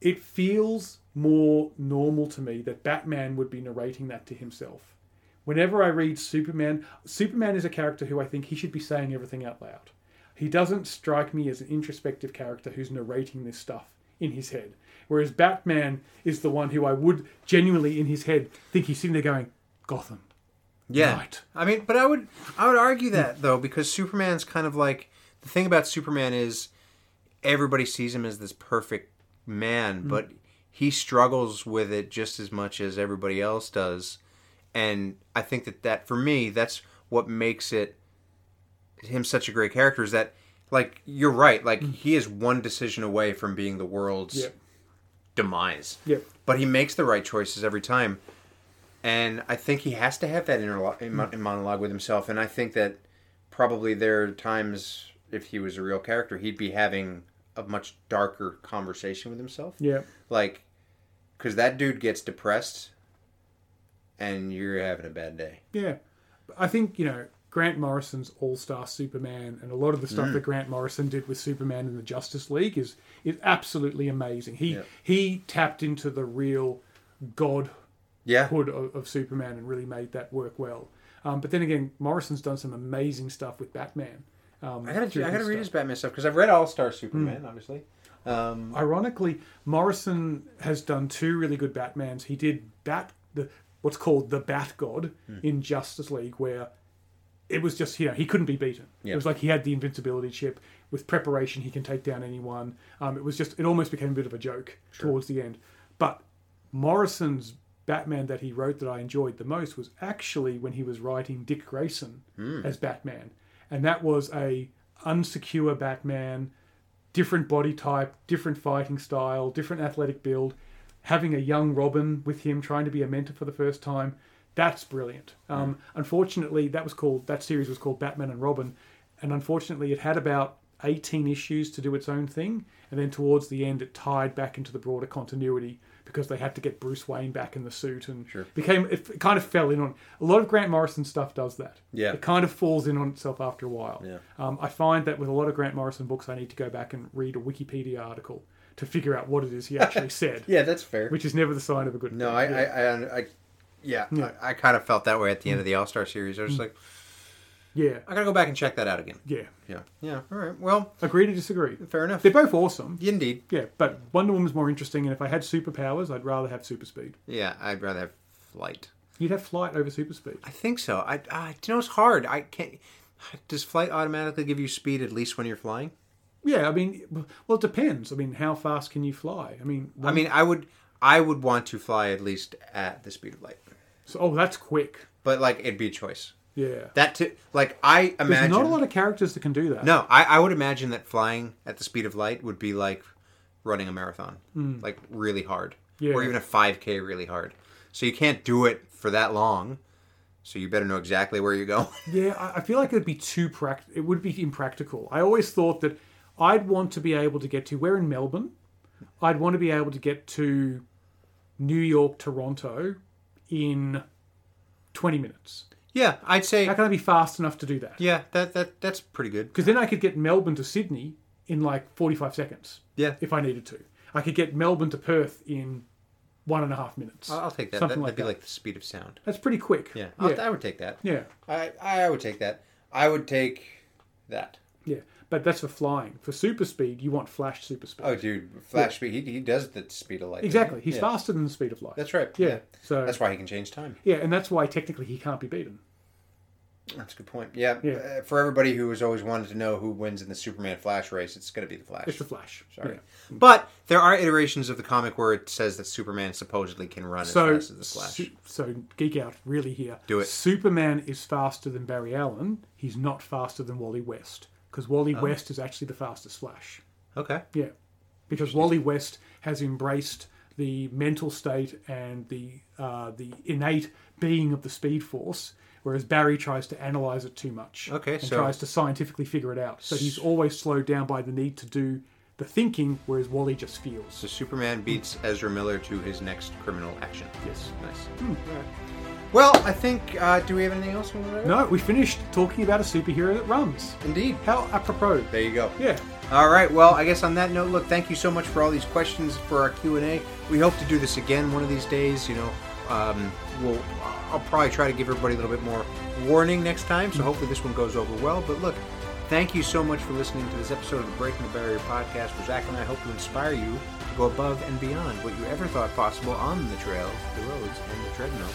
It feels more normal to me that Batman would be narrating that to himself. Whenever I read Superman, Superman is a character who I think he should be saying everything out loud. He doesn't strike me as an introspective character who's narrating this stuff in his head. Whereas Batman is the one who I would genuinely in his head think he's sitting there going, Gotham.
Yeah,
Right.
I mean, but I would I would argue that though because Superman's kind of like the thing about Superman is everybody sees him as this perfect man, but he struggles with it just as much as everybody else does, and I think that that for me that's what makes it him such a great character is that like you're right like he is one decision away from being the world's
Yeah.
demise
Yep.
but he makes the right choices every time. And I think he has to have that interlo- in-
Hmm.
in monologue with himself. And I think that probably there are times, if he was a real character, he'd be having a much darker conversation with himself.
Yeah.
Like, because that dude gets depressed and you're having a bad day.
Yeah. I think, you know, Grant Morrison's All Star Superman and a lot of the
Mm.
stuff that Grant Morrison did with Superman in the Justice League is is absolutely amazing. He
Yeah.
he tapped into the real godhood
Yeah.
of, of Superman and really made that work well. Um, but then again, Morrison's done some amazing stuff with Batman. Um,
I gotta,
through
I gotta
his
read
stuff.
his Batman stuff because I've read All Star Superman,
Hmm.
obviously. Um,
Ironically, Morrison has done two really good Batmans. He did Bat the what's called the Bat God in Justice League, where it was just you know he couldn't be beaten. It
Yeah.
was like he had the invincibility chip. With preparation, he can take down anyone. Um, it was just it almost became a bit of a joke towards the end. But Morrison's Batman that he wrote that I enjoyed the most was actually when he was writing Dick Grayson as Batman, and that was a unsecure Batman different body type, different fighting style, different athletic build, having a young Robin with him trying to be a mentor for the first time. That's brilliant.
Mm.
Um, Unfortunately, that was called that series was called Batman and Robin, and unfortunately, it had about eighteen issues to do its own thing, and then towards the end, it tied back into the broader continuity because they had to get Bruce Wayne back in the suit and
Sure.
became it kind of fell in on a lot of Grant Morrison stuff does that.
Yeah.
It kind of falls in on itself after a while.
Yeah.
Um, I find that with a lot of Grant Morrison books, I need to go back and read a Wikipedia article to figure out what it
[LAUGHS]
is he actually said,
yeah, that's fair.
which is never the sign of a good.
No,
book.
I,
Yeah.
I, I, I yeah,
Yeah. Hmm.
I, I kind of felt that way at the end of the All Star series. I was just like,
yeah,
I gotta go back and check that out again.
yeah.
Yeah, yeah. All right. Well,
Agree to disagree.
fair enough.
They're both awesome.
Indeed.
Yeah, but Wonder Woman's more interesting, and if I had superpowers, I'd rather have super speed.
Yeah, I'd rather have flight.
You'd have flight over super speed.
I think so. I, I you know, it's hard. I can't. Does flight automatically give you speed at least when you're flying?
Yeah, I mean, well, it depends. I mean, how fast can you fly? I mean,
I mean, I would, I would want to fly at least at the speed of light.
so, oh, that's quick.
But like, it'd be a choice.
Yeah.
That too. Like, I imagine.
There's not a lot of characters that can do that.
No, I, I would imagine that flying at the speed of light would be like running a marathon, like really hard,
Yeah.
or even a 5K really hard. So you can't do it for that long. So you better know exactly where [LAUGHS] you go.
Yeah, I- I feel like it'd be too pract. It would be impractical. I always thought that I'd want to be able to get to. We're in Melbourne. I'd want to be able to get to New York, Toronto, in twenty minutes.
Yeah, I'd say.
How can I be fast enough to do that?
Yeah, that that that's pretty good.
Because then I could get Melbourne to Sydney in like 45 seconds
Yeah,
if I needed to. I could get Melbourne to Perth in one and a half minutes.
I'll I'll take that.
Something
that
like
would be
that.
like the speed of sound.
That's pretty quick.
Yeah, I'll,
Yeah.
I would take that.
yeah.
I I would take that. I would take that.
Yeah. But that's for flying. For super speed, you want flash super speed.
Oh, dude, Flash speed. He, he does the speed of light. doesn't
exactly.
he?
He's
Yeah.
faster than the speed of light.
That's right.
yeah. So
That's why he can change time.
yeah, and that's why technically he can't be beaten.
That's a good point. Yeah.
Yeah.
Uh, for everybody who has always wanted to know who wins in the Superman Flash race, it's going to be the Flash.
It's the Flash.
Sorry.
Yeah.
But there are iterations of the comic where it says that Superman supposedly can run
So,
as fast as the Flash.
su- so geek out really here.
Do it.
Superman is faster than Barry Allen. He's not faster than Wally West because
Oh.
Wally West is actually the fastest Flash.
okay.
Yeah, because Wally West has embraced the mental state and the uh, the innate being of the Speed Force, whereas Barry tries to analyze it too much.
Okay,
and
so-
tries to scientifically figure it out. So he's always slowed down by the need to do the thinking, whereas Wally just feels.
So Superman beats Ezra Miller to his next criminal action.
Yes.
Nice. All right. Well, I think. Uh, do we have anything else? we wanna do?
No, we finished talking about a superhero that runs.
Indeed.
How apropos.
There you go.
Yeah.
All right. Well, I guess on that note, look, thank you so much for all these questions for our Q and A. We hope to do this again one of these days. You know, um, we'll I'll probably try to give everybody a little bit more warning next time. So hopefully this one goes over well. But look, thank you so much for listening to this episode of the Breaking the Barrier podcast. Where Zach and I hope to inspire you to go above and beyond what you ever thought possible on the trails, the roads, and the treadmills.